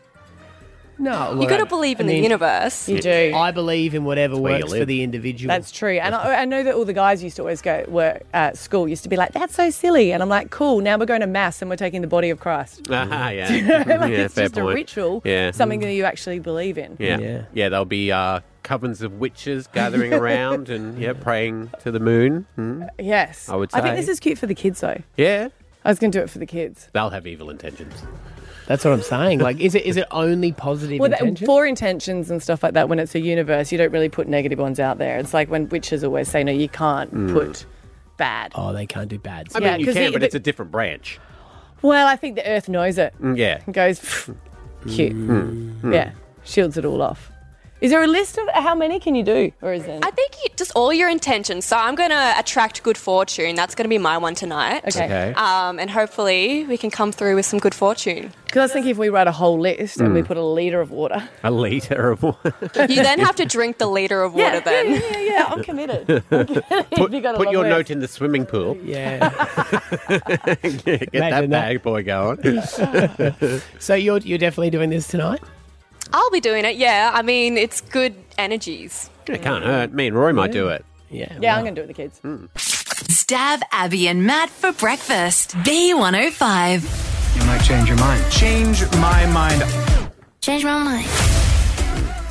B: No,
D: You
B: look,
D: gotta
B: I-
D: believe
B: I
D: in the
B: mean,
D: universe. You do.
B: I believe in whatever
D: where you
B: works for
D: live.
B: the individual.
D: That's true. And I, I know that all the guys used to always go work at school used to be like, "That's so silly," and I'm like, "Cool." Now we're going to mass and we're taking the body of Christ.
C: Ah, yeah.
D: You know, like
C: yeah,
D: it's
C: fair
D: just
C: point.
D: a ritual,
C: Yeah. Mm.
D: something that you actually believe in.
C: Yeah. yeah. there'll be uh, covens of witches gathering around and yeah, praying to the moon. Hmm.
D: Yes.
C: I would
D: I think
C: say.
D: this is cute for the kids, though.
C: Yeah.
D: I was going to do it for the kids.
C: They'll have evil intentions.
B: That's what I'm saying. Like, is it is it only positive
D: Well, that,
B: intentions?
D: for intentions and stuff like that, when it's a universe, you don't really put negative ones out there. It's like when witches always say, "No, you can't
C: Mm.
D: put bad."
B: Oh, they can't do bad.
C: I
D: Yeah,
C: mean, you
D: 'cause
C: can,
D: the-
C: but
D: the-
C: it's a different branch.
D: Well, I think the Earth knows it.
C: Mm, Yeah.
D: It goes, cute.
C: Mm, mm.
D: yeah, shields it all off. Is there a list of how many can you do, or is there?
O: I think you, just all your intentions. So I'm going to attract good fortune. That's going to be my one tonight.
D: Okay. Okay.
O: Um, and hopefully we can come through with some good fortune.
D: Because I was thinking if we write a whole list and we
C: Mm.
D: put a litre of water.
C: A liter of water.
O: You then have to drink the liter of water. then.
D: Yeah, yeah, yeah, I'm committed.
C: put
D: You got a
C: put
D: long
C: your
D: way.
C: note in the swimming pool.
B: Yeah.
C: Get that bag boy going.
B: so you're you're definitely doing this tonight.
O: I'll be doing it. Yeah. I mean, it's good energies.
C: It can't hurt. Me and Roy might do it.
B: Yeah.
D: Yeah, I'm going to do it with the kids.
C: Mm.
E: Stab Abby and Matt for breakfast. B105.
P: You might change your mind. Change my mind.
E: Change my mind.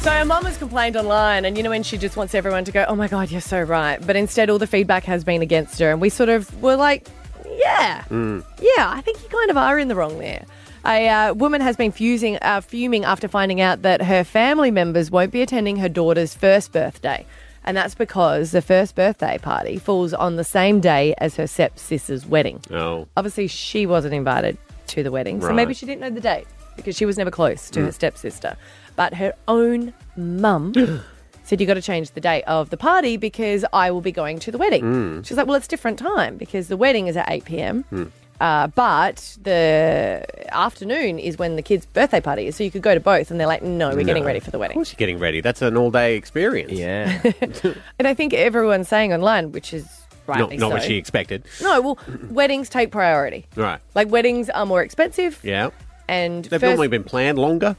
D: So our mum has complained online, and you know when she just wants everyone to go, "Oh my God, you're so right," but instead all the feedback has been against her, and we sort of were like, Yeah. Yeah, I think you kind of are in the wrong there. A uh, woman has been fusing, uh, fuming after finding out that her family members won't be attending her daughter's first birthday. And that's because the first birthday party falls on the same day as her stepsister's wedding.
C: Oh.
D: Obviously, she wasn't invited to the wedding, so
C: Right.
D: maybe she didn't know the date because she was never close to
C: Mm.
D: her stepsister. But her own mum said, you got to change the date of the party because I will be going to the wedding.
Q: Mm.
D: She's like, Well, it's different time because the wedding is at 8 p.m.
Q: Mm.
D: Uh, but the afternoon is when the kids' birthday party is, so you could go to both. And they're like, no, we're getting
C: No.
D: ready for the
C: Of
D: wedding.
C: course, you're getting ready. That's an all-day experience.
B: Yeah.
D: And I think everyone's saying online, which is
C: not
D: rightly
C: not what
D: so.
C: she expected.
D: No, well, weddings take priority.
C: Right.
D: Like weddings are more expensive,
C: Yeah.
D: and
C: They've
D: first-
C: normally been planned longer.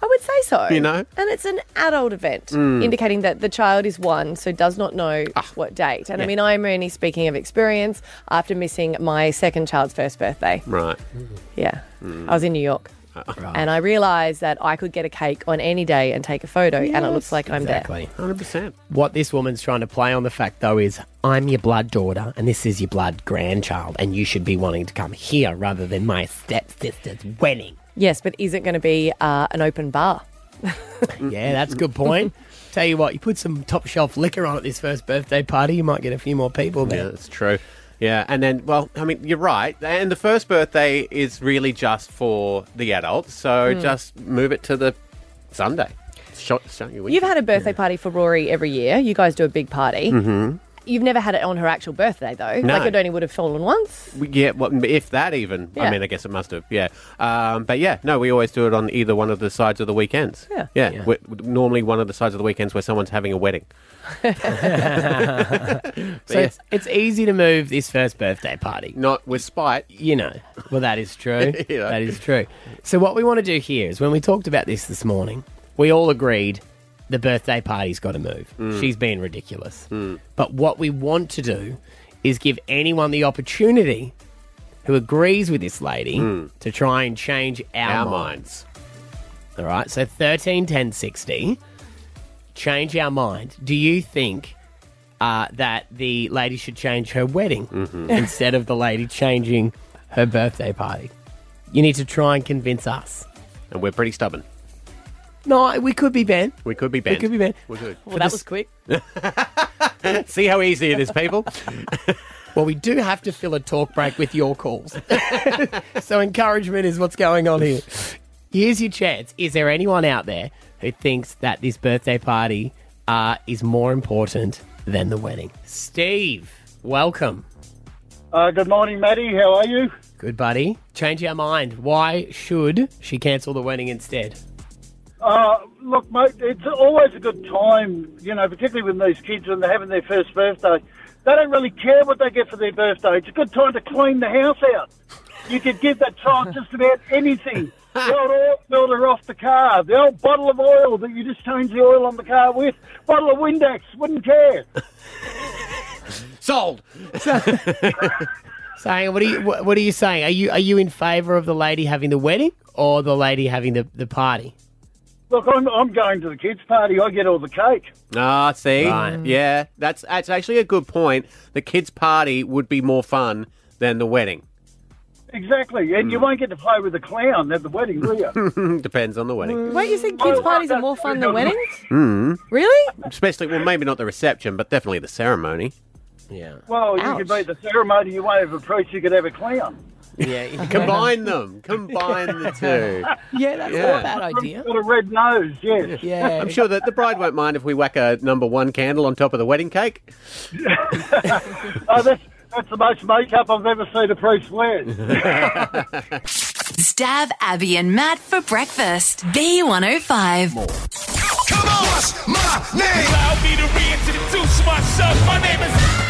D: I would say so.
C: You know?
D: and it's an adult event,
C: Mm. Ah.
D: indicating that the child is one, so does not know what date. And I
C: Yeah.
D: mean, I'm only speaking of experience after missing my second child's first birthday.
C: Right.
D: Yeah.
B: Mm.
D: I was in New York. And I realised that I could get a cake on any day and take a photo, and it looks like I'm
B: exactly.
D: there.
C: 100%.
B: What this woman's trying to play on the fact, though, is I'm your blood daughter and this is your blood grandchild, and you should be wanting to come here rather than my stepsister's wedding.
D: Yes, but is it going to be uh, an open bar?
B: yeah, that's a good point. Tell you what, you put some top shelf liquor on at this first birthday party, you might get a few more people there.
C: Yeah, that's true. Yeah, and then well, I mean, you're right. And the first birthday is really just for the adults, so
D: Mm.
C: just move it to the Sunday. Shut, shut your
D: You've had a birthday party for Rory every year. You guys do a big party.
C: hmm
D: You've never had it on her actual birthday, though.
C: No.
D: Like it only would have fallen once.
C: Yeah, well, if that even. I
D: Yeah.
C: mean, I guess it must have. Yeah, um, but yeah, no, we always do it on either one of the sides of the weekends.
D: Yeah.
C: yeah.
D: Yeah.
C: we- normally, one of the sides of the weekends where someone's having a wedding.
B: So it's, it's easy to move this first birthday party.
C: Not with spite.
B: You know. Well, that is true.
C: You know.
B: That is true. So what we want to do here is when we talked about this this morning, we all agreed the birthday party's got to move.
C: Mm.
B: She's being ridiculous. But what we want to do is give anyone the opportunity who agrees with this lady to try and change our,
C: Mm. Our
B: minds. All right. So 13, 10, 60. Change our mind. Do you think uh, that the lady should change her wedding instead of the lady changing her birthday party? You need to try and convince us.
C: And we're pretty stubborn.
B: No, we could be Ben.
C: We could be
B: We
C: banned.
B: could be banned.
C: We could.
D: Well, that was quick.
C: See how easy it is, people.
B: Well, we do have to fill a talk break with your calls. so encouragement is what's going on here. Here's your chance. Is there anyone out there who thinks that this birthday party uh, is more important than the wedding? Steve, welcome.
R: Uh, good morning, Maddie. How are you?
B: Good, buddy. Change our mind. Why should she cancel the wedding instead?
R: Uh, look, mate, it's always a good time, you know, particularly when these kids when they're having their first birthday. They don't really care what they get for their birthday. It's a good time to clean the house out. You could give that child just about anything. The old oil filter off the car, the old bottle of oil that you just change the oil on the car with, bottle of Windex, wouldn't care.
C: Sold.
B: Saying, what are you? What, what are you saying? Are you are you in favour of the lady having the wedding or the lady having the, the party?
R: Look, I'm, I'm going to the kids' party. I get all the cake.
C: Ah, see,
B: Right.
C: yeah, that's that's actually a good point. The kids' party would be more fun than the wedding.
R: Exactly. And
B: Hmm.
R: you won't get to play with the clown at the wedding, will you?
C: Depends on the wedding.
D: Wait, you think kids' parties are more fun than weddings?
C: Mm.
D: Really?
C: Especially, well, maybe not the reception, but definitely the ceremony.
B: Yeah.
R: Well, you could be at the ceremony. You won't have a priest. You could have a clown.
B: Yeah,
C: combine them. Combine the two.
B: Yeah,
C: not
B: that's
C: a Yeah. bad
B: idea.
R: Got a red nose, yes.
B: Yeah.
C: I'm sure that the bride won't mind if we whack a number one candle on top of the wedding cake.
R: oh, that's, that's the most makeup I've ever seen a priest wear.
E: Stab Abby and Matt for breakfast. B105.
A: Come on, my name.
S: Allow me to reintroduce myself. My name is.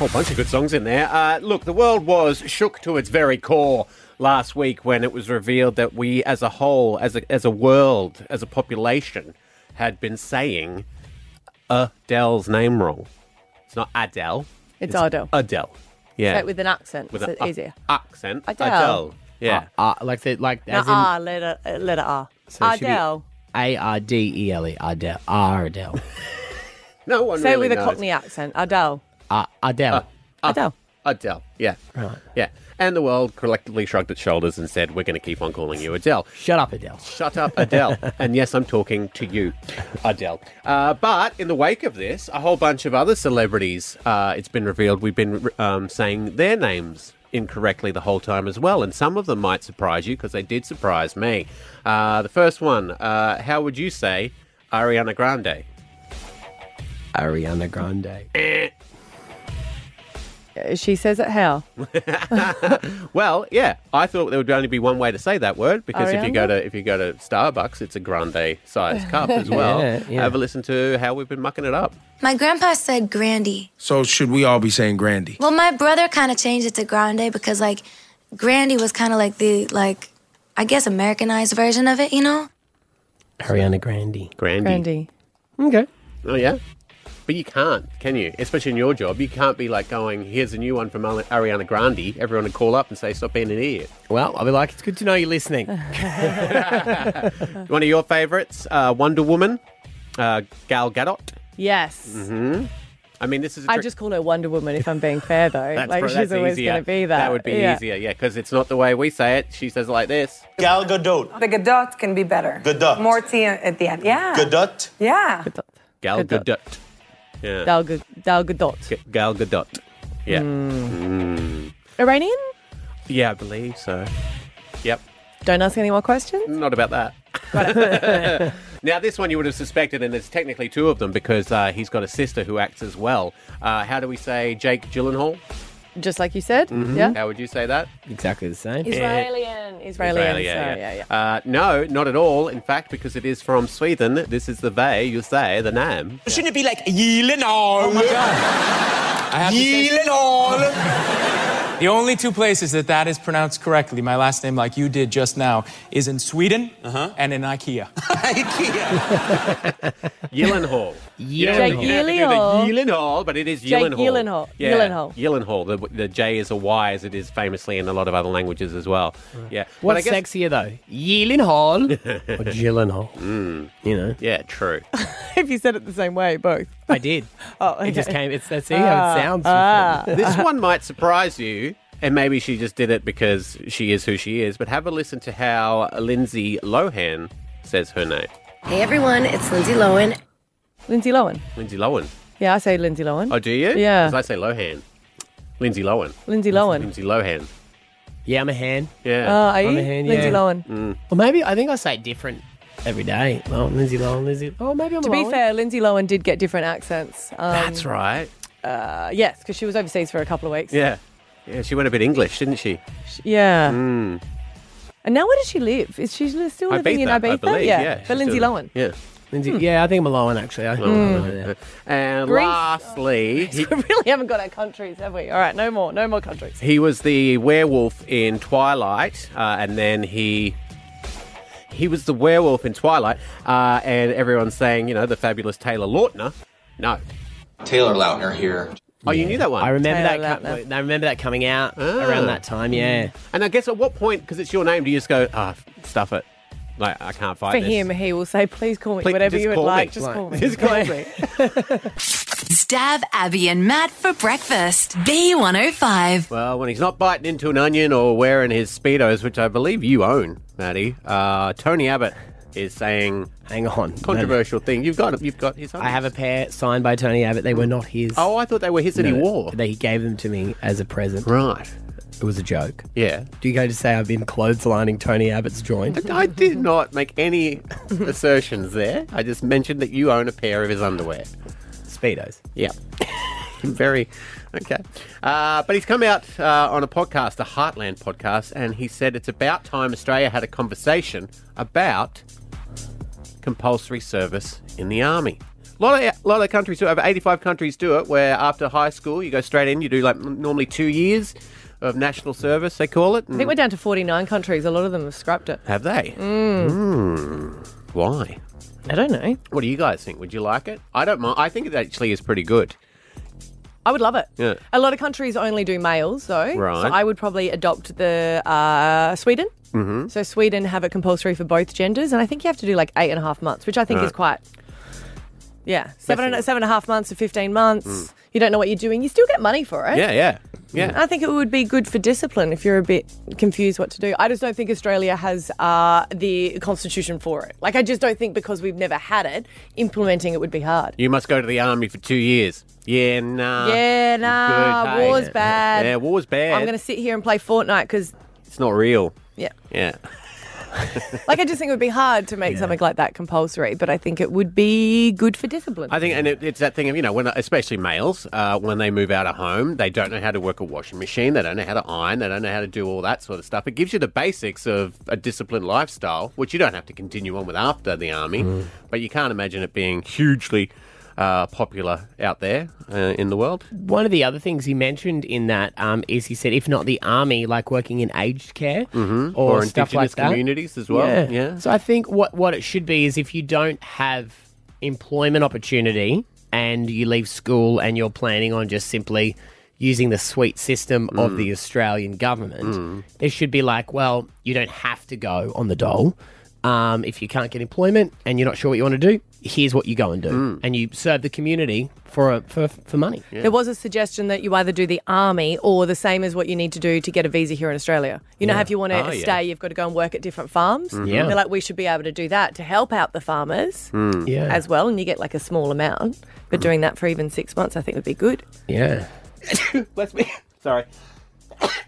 C: Whole bunch of good songs in there. Uh, look, the world was shook to its very core last week when it was revealed that we, as a whole, as a, as a world, as a population, had been saying Adele's name wrong. It's not Adele.
D: It's Adele.
C: Adele. Yeah.
D: Say it with an accent.
C: With
D: so
C: an
D: it's
C: a-
D: easier.
C: accent.
D: Adele.
C: Adele. Yeah.
B: Uh, like the, like
D: No,
B: as in-
D: R, letter, uh, letter R.
B: So it should be
D: Adele.
B: A R D E L E. Ardell. Ardell.
C: No one
D: Say
C: really
D: it with a
C: knows.
D: Cockney accent. Adele.
B: Uh, Ardell.
C: Adele. Adele. Yeah. Right. Yeah. And the world collectively shrugged its shoulders and said, "We're going to keep on calling you Adele."
B: Shut up, Adele.
C: Shut up, Adele. and yes, I'm talking to you, Adele. Uh, but in the wake of this, a whole bunch of other celebrities, uh, it's been revealed, we've been um, saying their names incorrectly the whole time as well. And some of them might surprise you because they did surprise me. Uh, the first one, uh, how would you say Ariana Grande?
B: Ariana Grande.
C: Eh.
D: Uh, She says it how?
C: well, yeah, I thought there would only be one way to say that word because if you go
D: Ariana?
C: to if you go to Starbucks, it's a grande sized cup as well.
Q: Yeah, yeah.
C: Have a listen to how we've been mucking it up.
Q: My grandpa said Grandy.
T: So should we all be saying Grandy?
Q: Well, my brother kind of changed it to Grande because like Grandy was kind of like the like I guess Americanized version of it, you know?
B: Ariana Grande.
C: Grande.
B: Okay.
C: Oh yeah, but you can't, can you? Especially in your job, you can't be like going, "Here's a new one from Ale- Ariana Grande." Everyone would call up and say, "Stop being an idiot."
B: Well, I'll be like, it's good to know you're listening.
C: One of your favourites, uh, Wonder Woman, uh, Gal Gadot.
D: Yes.
C: hmm I mean, this is. A
D: I
C: trick-
D: just call her Wonder Woman if I'm being fair, though.
C: That's,
D: like
C: pro-
D: she's
C: that's
D: always
C: easier.
D: going to be that.
C: That would be
D: Yeah.
C: easier, yeah, because it's not the way we say it. She says it like this.
U: Gal Gadot.
V: The Gadot can be better.
C: Gadot.
V: More T at the end. Yeah.
C: Gadot.
V: Yeah.
C: Gal Gadot. Yeah.
D: Gal, Ga- Gal Gadot.
C: G- Gal Gadot. Yeah.
D: Hmm.
C: Mm.
D: Iranian?
C: Yeah, I believe so. Yep.
D: Don't ask any more questions.
C: Not about that. now, this one you would have suspected, and there's technically two of them because uh, he's got a sister who acts as well. Uh, how do we say Jake Gyllenhaal?
D: Just like you said.
C: Mhm.
D: Yeah.
C: How would you say that?
B: Exactly the same.
D: Israelian. Israelian. sorry, yeah, yeah.
C: Uh, no, not at all. In fact, because it is from Sweden, this is the way you say the name.
U: Shouldn't it be like Yelen all? Oh my god. Yelen all.
W: The only two places that that is pronounced correctly, my last name like you did just now, is in Sweden
C: Uh-huh.
W: and in IKEA.
C: Gyllenhaal.
W: Jake
C: You don't have to do the
W: Gyllenhaal.
C: Gyllenhaal, but it is
W: Jake
C: Gyllenhaal.
W: Gyllenhaal.
C: Yeah.
D: Gyllenhaal.
C: Gyllenhaal. The, the J is a Y, as it is famously in a lot of other languages as well. Yeah. But I
B: What's
C: guess-
B: sexier though? Yeelin Hall or Gyllenhaal?
C: Mm.
B: You know?
C: Yeah, true.
D: if you said it the same way, both.
B: I did.
D: Oh,
B: It just came. It's that's see how
D: Ah,
B: it sounds.
D: ah.
C: this one might surprise you, and maybe she just did it because she is who she is, but have a listen to how Lindsay Lohan says her name.
D: Hey everyone, it's Lindsay Lohan. Lindsay Lohan.
C: Lindsay Lohan.
D: Yeah, I say Lindsay Lohan.
C: Oh, do you?
D: Yeah.
C: Because I say Lohan. Lindsay Lohan.
D: Lindsay Lohan.
C: Lindsay Lohan.
B: Yeah, I'm a hand.
C: Yeah.
D: Oh, are you? Lindsay Lohan.
B: Or Mm. maybe I think I say it different every day. Well, Lindsay Lohan, Lindsay. Oh, maybe I'm
D: To be fair, Lindsay Lohan did get different accents. Um,
C: That's right.
D: Uh, yes, because she was overseas for a couple of weeks.
C: Yeah. Yeah, she went a bit English, didn't she?
D: Yeah.
C: Mm.
D: And now where does she live? Is she li- still living in Ibiza?
C: I believe. Yeah.
D: But
C: she's
D: Lindsay
C: still-
D: Lohan.
C: Yeah.
B: Lindsay. Yeah, I think I'm a Lohan actually. I,
C: Mm. And
D: Greece.
C: lastly, he,
D: we really haven't got our countries, have we? All right, no more, no more countries.
C: he was the werewolf in Twilight, uh, and then he. He was the werewolf in Twilight, uh, and everyone's saying, you know, the fabulous Taylor Lautner. No.
B: Taylor Lautner
C: here. Oh, you knew that one. Ah.
B: I remember that. co- I remember that coming out around that time. Yeah.
C: And I guess at what point, because it's your name, do you just go, ah, f- stuff it? Like, I can't fight
D: For
C: this.
D: him, he will say, "Please call me
C: Please,
D: whatever
C: just
D: you would
C: call me.
D: like. Just
C: Like,
D: call me.
C: just
D: call me."
E: Stab Abby and Matt for breakfast. B105.
C: Well, when he's not biting into an onion or wearing his Speedos, which I believe you own, Maddie, uh, Tony Abbott is saying,
B: hang on.
C: Controversial thing. You've got You've got his own.
B: I have a pair signed by Tony Abbott. They were not his.
C: Oh, I thought they were his that he wore.
B: They, he gave them to me as a present.
C: Right.
B: It was a joke.
C: Yeah.
B: Do you go to say I've been clotheslining Tony Abbott's joint?
C: I did not make any assertions there. I just mentioned that you own a pair of his underwear.
B: Speedos.
C: Yeah. Very. Okay. Uh, but he's come out uh, on a podcast, the Heartland podcast, and he said it's about time Australia had a conversation about compulsory service in the army. A lot of, lot of countries do it. Over 85 countries do it, where after high school, you go straight in, you do like m- normally two years of national service, they call it.
D: I think we're down to forty-nine countries. A lot of them have scrapped it.
C: Have they?
D: Mm.
C: Mm. Why?
D: I don't know.
C: What do you guys think? Would you like it? I don't mind. I think it actually is pretty good.
D: I would love it.
C: Yeah.
D: A lot of countries only do males, though.
C: Right.
D: So I would probably adopt the uh, Sweden.
C: Mm-hmm.
D: So Sweden have it compulsory for both genders, and I think you have to do like eight and a half months, which I think
C: Right.
D: is quite. Yeah, seven and, seven and a half months to fifteen months.
C: Mm.
D: You don't know what you're doing. You still get money for it.
C: Yeah, yeah, yeah.
D: I think it would be good for discipline if you're a bit confused what to do. I just don't think Australia has uh, the constitution for it. Like, I just don't think because we've never had it, implementing it would be hard.
C: You must go to the army for two years. Yeah, nah.
D: yeah, nah,
C: hey.
D: war's bad.
C: Yeah, war's bad.
D: I'm going to sit here and play Fortnite because,
C: It's not real.
D: yeah.
C: Yeah.
D: Like, I just think it would be hard to make something like that compulsory, but I think it would be good for discipline.
C: I think, and it, it's that thing of you know, when especially males, uh, when they move out of home, they don't know how to work a washing machine, they don't know how to iron, they don't know how to do all that sort of stuff. It gives you the basics of a disciplined lifestyle, which you don't have to continue on with after the army,
B: Mm.
C: but you can't imagine it being hugely uh, popular out there uh, in the world.
B: One of the other things he mentioned in that um, is he said, if not the army, like working in aged care
C: Mhm.
B: or,
C: Or
B: stuff like
C: Indigenous
B: that.
C: communities as well, yeah.
B: So I think what, what it should be is if you don't have employment opportunity and you leave school and you're planning on just simply using the sweet system of
C: Mm.
B: the Australian government, there should be like, well, you don't have to go on the dole. Um, if you can't get employment and you're not sure what you want to do, here's what you go and do,
C: Mm.
B: and you serve the community for a, for for money.
D: There was a suggestion that you either do the army or the same as what you need to do to get a visa here in Australia. You know,
B: Yeah.
D: how if you want to
B: Oh, yeah.
D: stay, you've got to go and work at different farms.
B: Mhm. Yeah.
D: They're like, we should be able to do that to help out the farmers
B: Mm. Yeah.
D: as well. And you get like a small amount. But doing that for even six months, I think would be good.
B: yeah.
C: Bless me. Sorry.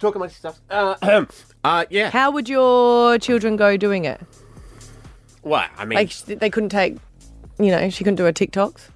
C: Talk amongst yourselves. Uh, uh, yeah.
D: How would your children go doing it?
C: Well, I mean,
D: Like, sh- they couldn't take, you know, she couldn't do her TikToks.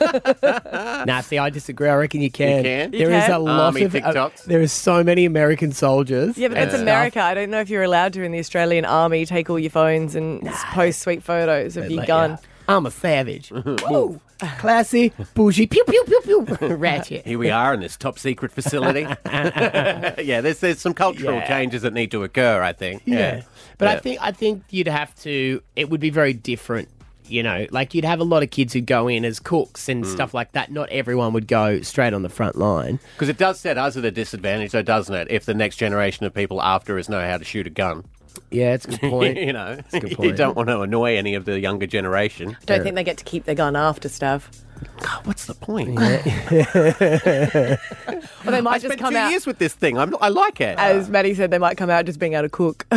B: Nah, see, I disagree. I reckon you can.
C: can? Ah. You
B: There is
C: can?
B: a lot
C: Army
B: of uh,
C: TikToks.
B: there is so many American soldiers.
D: Yeah, but
B: and
D: that's
B: stuff.
D: America. I don't know if you're allowed to in the Australian army take all your phones and s- post sweet photos of
B: They'd
D: your
B: let
D: gun.
B: you. I'm a savage. Whoa, classy, bougie, pew pew pew pew, ratchet.
C: Here we are in this top secret facility. yeah, there's there's some cultural
B: Yeah.
C: changes that need to occur, I think. Yeah.
B: But I
C: Yeah.
B: think I think you'd have to. It would be very different. You know, like you'd have a lot of kids who go in as cooks and
C: Mm.
B: stuff like that. Not everyone would go straight on the front line.
C: Because it does set us at a disadvantage, though, doesn't it? If the next generation of people after us know how to shoot a gun.
B: Yeah, it's a good point.
C: you know,
B: It's a good
C: you
B: point.
C: don't want to annoy any of the younger generation.
D: I don't think they get to keep their gun after stuff.
C: what's the point?
D: Or they might
C: I
D: just
C: spent
D: come
C: two
D: out-
C: years with this thing. I'm, I like it.
D: As Maddie said, they might come out just being able to cook.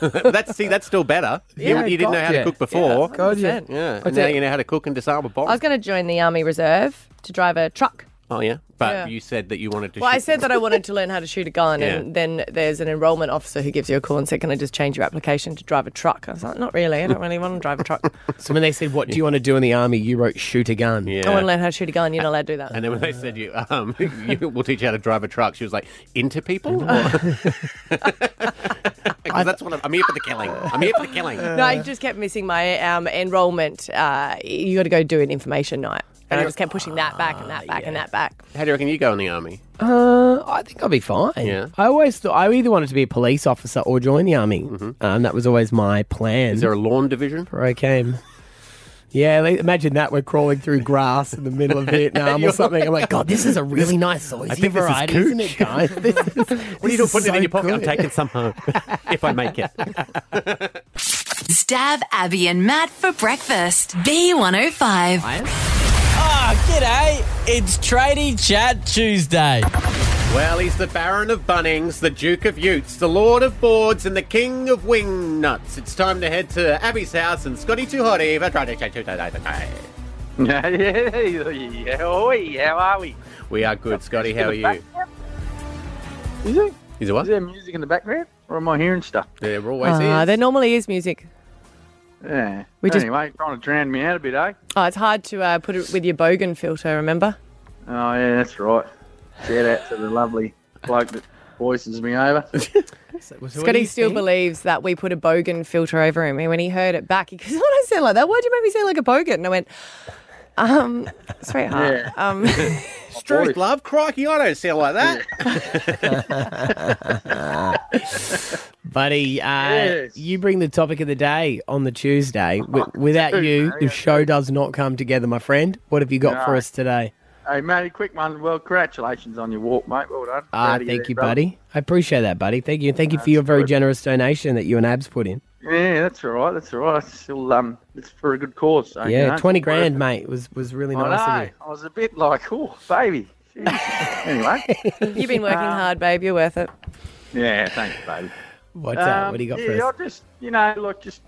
C: that's see, that's still better. You-
D: Yeah,
C: you, didn't know how
D: gotcha.
C: to cook before.
D: Yeah, 100%.
C: yeah.
D: I
C: And now
D: did.
C: you know how to cook and disarm a bomb.
D: I was going to join the army reserve to drive a truck.
C: oh yeah, but
D: Yeah.
C: you said that you wanted to.
D: Well, I
C: shoot-
D: said that I wanted to learn how to shoot a gun,
C: Yeah.
D: and then there's an enrolment officer who gives you a call and said, "Can I just change your application to drive a truck?" I was like, "Not really. I don't really want to drive a truck.
B: So when they said, "What do you want to do in the army?" you wrote, "Shoot a gun."
C: Yeah.
D: I want to learn how to shoot a gun. You're not allowed to do that."
C: And then when they said you, um, you, we'll teach you how to drive a truck, she was like, into people? Because that's what I'm, I'm here for the killing. I'm here for the killing.
D: no, I just kept missing my um, enrolment. Uh, you got to go do an information night, and I just kept pushing that back and that back and that back.
C: How do you reckon you go in the army?
B: Uh, I think I'll be fine.
C: Yeah.
B: I always thought I either wanted to be a police officer or join the army. Um, that was always my plan.
C: Mm-hmm.
B: Is
C: there a lawn division?
B: Where I came. Yeah, like, imagine that. We're crawling through grass in the middle of Vietnam or
C: You're-
B: something. I'm like, God, this is a really nice soy
C: I think this is
B: variety, isn't it,
C: cooch."
B: guys? This is,
C: What are you doing
B: this is
C: putting it in
B: so
C: your pocket? I'm
B: good.
C: taking some home if I make it.
E: Stab Abby and Matt for breakfast. B105.
F: Ah, g'day. It's Tradie Chat Tuesday.
C: Well, he's the Baron of Bunnings, the Duke of Utes, the Lord of Boards, and the King of Wing Nuts. It's time to head to Abby's house and Scotty Too Hotty.
G: yeah, oh, yeah, how are we?
C: We are good, Scotty. How are you?
G: Is it?
C: Is it what?
G: Is there music in the background? Or am I hearing stuff?
C: Yeah, we're
B: Uh,
D: Ah, there normally is music.
G: Yeah.
D: We just-
G: anyway, trying to drown me out a bit, eh?
D: Oh, it's hard to uh, put it with your bogan filter. Remember?
G: Oh, yeah, that's right. Shout out to the lovely bloke that voices me over.
D: Scotty still believes that we put a bogan filter over him. And when he heard it back, he goes, What I sound like that? Why'd you make me sound like a bogan? And I went, Um, sweetheart.
G: Yeah.
D: Um,
C: Truth, love, crikey, I don't sound like that.
B: Buddy, uh,
C: Yes.
B: you bring the topic of the day on the Tuesday. Wi- without you, the show does not come together, my friend. What have you got for
G: No.
B: us today?
G: Hey, Matty, quick one. Well, congratulations on your walk, mate. Well done.
B: Ah,
G: Proud of
B: thank
G: there,
B: you,
G: brother.
B: buddy. I appreciate that, buddy. Thank you. Thank you for your very generous donation that you and Abs put in.
G: Yeah, that's all right. That's all right. It's Still, um, it's for a good cause. So, you
B: yeah,
G: know, it's
B: 20
G: worth
B: grand,
G: it.
B: mate, was, was really
G: I
B: nice
G: know.
B: of you.
G: I was a bit like, oh, baby. Jeez. anyway.
D: You've been working hard, babe. You're worth it.
G: Yeah, thanks, baby.
B: What's up? What do you got
G: Um, yeah,
B: for us?
G: I just, you know, look, just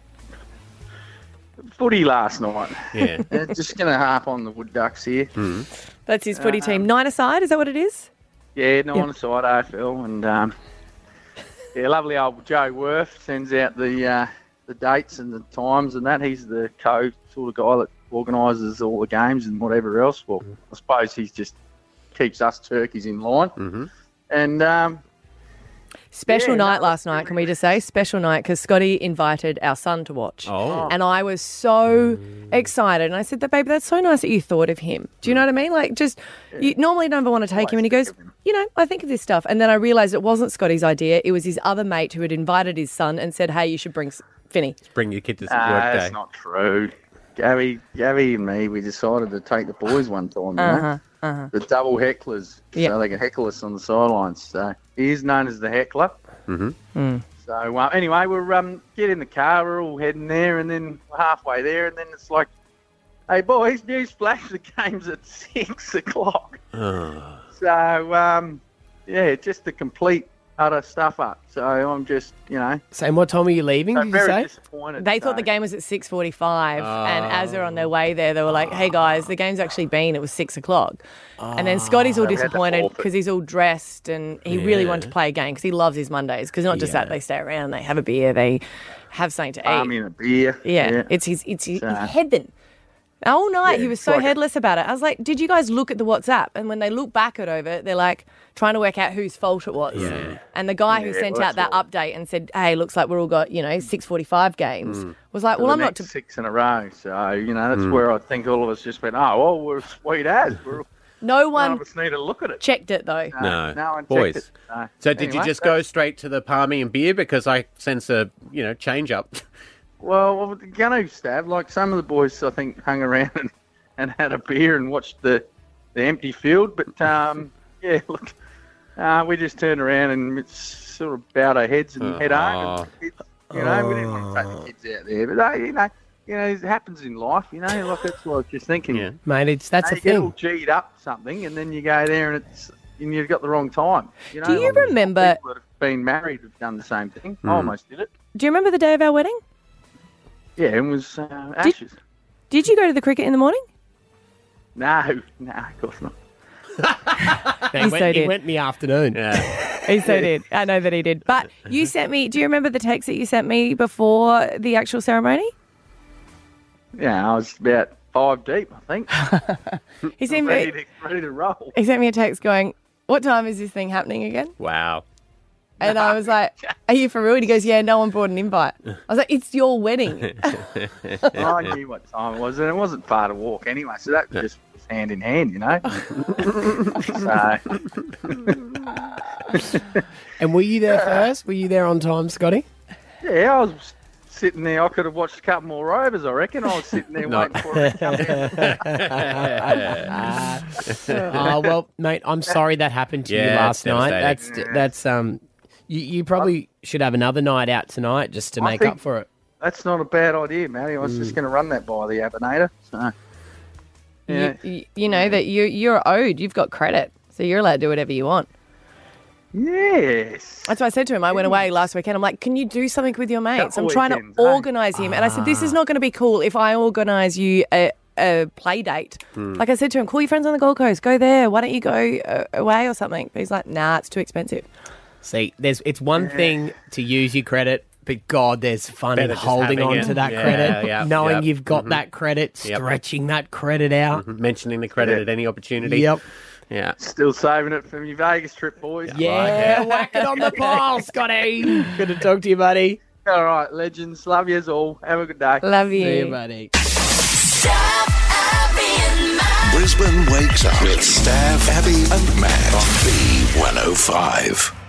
G: footy last night.
C: Yeah.
G: And just going to harp on the Wood Ducks here.
B: Hmm.
D: That's his footy team. Nine aside, is that what it is?
G: Yeah, no
D: Yeah.
G: on the side, AFL. And, um, yeah, lovely old Joe Worth sends out the uh, the dates and the times and that. He's the co sort of guy that organises all the games and whatever else. Well, I suppose he's just keeps us turkeys in line. Mm-hmm. And, um,
D: Special
G: Yeah,
D: night last night, can we just say? Special night because Scotty invited our son to watch.
G: Oh.
D: And I was so excited. And I said, that, Babe, that's so nice that you thought of him. Do you know what I mean? Like, just, you normally don't ever want to take him. And he goes, You know, I think of this stuff. And then I realized it wasn't Scotty's idea. It was his other mate who had invited his son and said, Hey, you should bring S- Finny.
C: Bring your kid to
G: Nah,
C: work day.
G: that's not true. Gary, Gary and me, we decided to take the boys one time, you
D: Uh-huh,
G: know? The double hecklers, so they can heckle us on the sidelines. So he is known as the heckler.
C: Mm-hmm.
G: So uh, anyway, we're um, get in the car, we're all heading there, and then we're halfway there, and then it's like, hey boys, newsflash, the game's at six o'clock. So um, yeah, just the complete utter stuff up. So I'm just, you know,
B: Sam, what time are you leaving?
G: I'm
B: did you
G: very
B: say?
G: disappointed.
D: They thought the game was at 6.45 and as they're on their way there, they were like, hey guys, the game's actually been, it was 6 o'clock. and then Scotty's all
B: Oh. They had to
D: disappointed
B: forfeit.
D: because he's all dressed and he really wanted to play a game because he loves his Mondays because not just that, they stay around, they have a beer, they have something to eat.
G: I'm in a beer.
D: yeah, it's his, it's his,
G: So-
D: his heaven. All night he was
G: it's
D: so
G: like a-
D: headless about it. I was like, did you guys look at the WhatsApp? And when they look back at over, it, they're like trying to work out whose fault it was.
H: Yeah.
D: And the guy who
H: Yeah,
D: sent
H: well,
D: out that update and said, hey, looks like we're all got, you know, 6.45 games
G: Mm.
D: was like,
G: for
D: well,
G: the
D: I'm not
G: next six in a row. So you know that's where I think all of us just went. Oh well, we're sweet as. We're,
D: No
G: none
D: one
G: of us need to look at it.
D: checked it though.
C: No.
G: no one checked
C: Boys.
G: it. No.
C: So did you
G: Anyway,
C: just go straight to the palmy and beer because I sense a you know change up?
G: Well, well, Gunno stab like some of the boys I think hung around and, and had a beer and watched the the empty field. But um, yeah, look, uh, we just turned around and it's sort of bowed our heads and head home.
C: Oh.
G: And it's, you know, we didn't want to take the kids out there, but they, you know, you know, it happens in life. You know, like that's what I was just thinking. Yeah.
B: Mate, it's, that's
G: you
B: a
G: get all
B: thing.
G: G'd up something, and then you go there and it's and you've got the wrong time. You know,
D: Do you
G: like,
D: remember?
G: people that have been married have done the same thing.
D: Hmm.
G: I almost did it.
D: Do you remember the day of our wedding?
G: Yeah, it was uh, ashes.
D: Did you go to the cricket in the morning?
G: No, no, of course not.
B: He went- so he did. went
C: in
B: the afternoon.
D: He so did. I know that he did. But you sent me. Do you remember the text that you sent me before the actual ceremony?
G: Yeah, I was about five deep, I think.
D: He sent
G: ready,
D: me.
G: to, ready to roll.
D: He sent me a text going, "What time is this thing happening again?"
C: Wow.
D: And I was like, "Are you for real?" And he goes, "Yeah, no one brought an invite." I was like, "It's your wedding."
G: Well, I knew what time it was, and it wasn't far to walk anyway, so that was just hand in hand, you know. so,
B: And were you there first? Were you there on time, Scotty?
G: yeah, I was sitting there. I could have watched a couple more overs, I reckon. I was sitting there
B: No.
G: waiting for it to come out.
B: oh well, mate, I'm sorry that happened to
C: Yeah,
B: you
C: it's
B: last night. That's
C: devastating.
B: that's um, you, you probably should have another night out tonight just to
G: I
B: make
G: think
B: up for it.
G: That's not a bad idea, Matty. I was
B: Mm.
G: just going to run that by the Abinator. So, yeah.
D: You, you- you know that you you're owed. You've got credit, so you're allowed to do whatever you want.
G: Yes.
D: That's what I said to him. I went away last weekend. I'm like, can you do something with your mates? I'm trying
G: weekends,
D: to organise him. And I said, this is not going to be cool if I organise you a, a play date.
J: Hmm.
D: Like I said to him, call your friends on the Gold Coast, go there. Why don't you go uh, away or something? But he's like, nah, it's too expensive.
B: See, there's it's one
D: Yeah.
B: thing to use your credit, but God, there's fun
C: Better
B: in
C: just
B: holding
C: having
B: on
C: it.
B: to that
C: Yeah,
B: credit,
C: yeah,
B: knowing
C: yep.
B: you've got
C: Mhm.
B: that credit,
C: Yep.
B: stretching that credit out.
C: Mhm. Mentioning the credit at any opportunity.
B: Yep.
C: Yeah.
G: Still saving it from your Vegas trip, boys.
B: Yeah, whack it on the pile, Scotty. Good to talk to you, buddy.
G: All right, legends. Love yous all. Have a good day.
D: Love
B: See you, buddy.
A: Brisbane wakes up with Staff, Abby, and Matt on B105.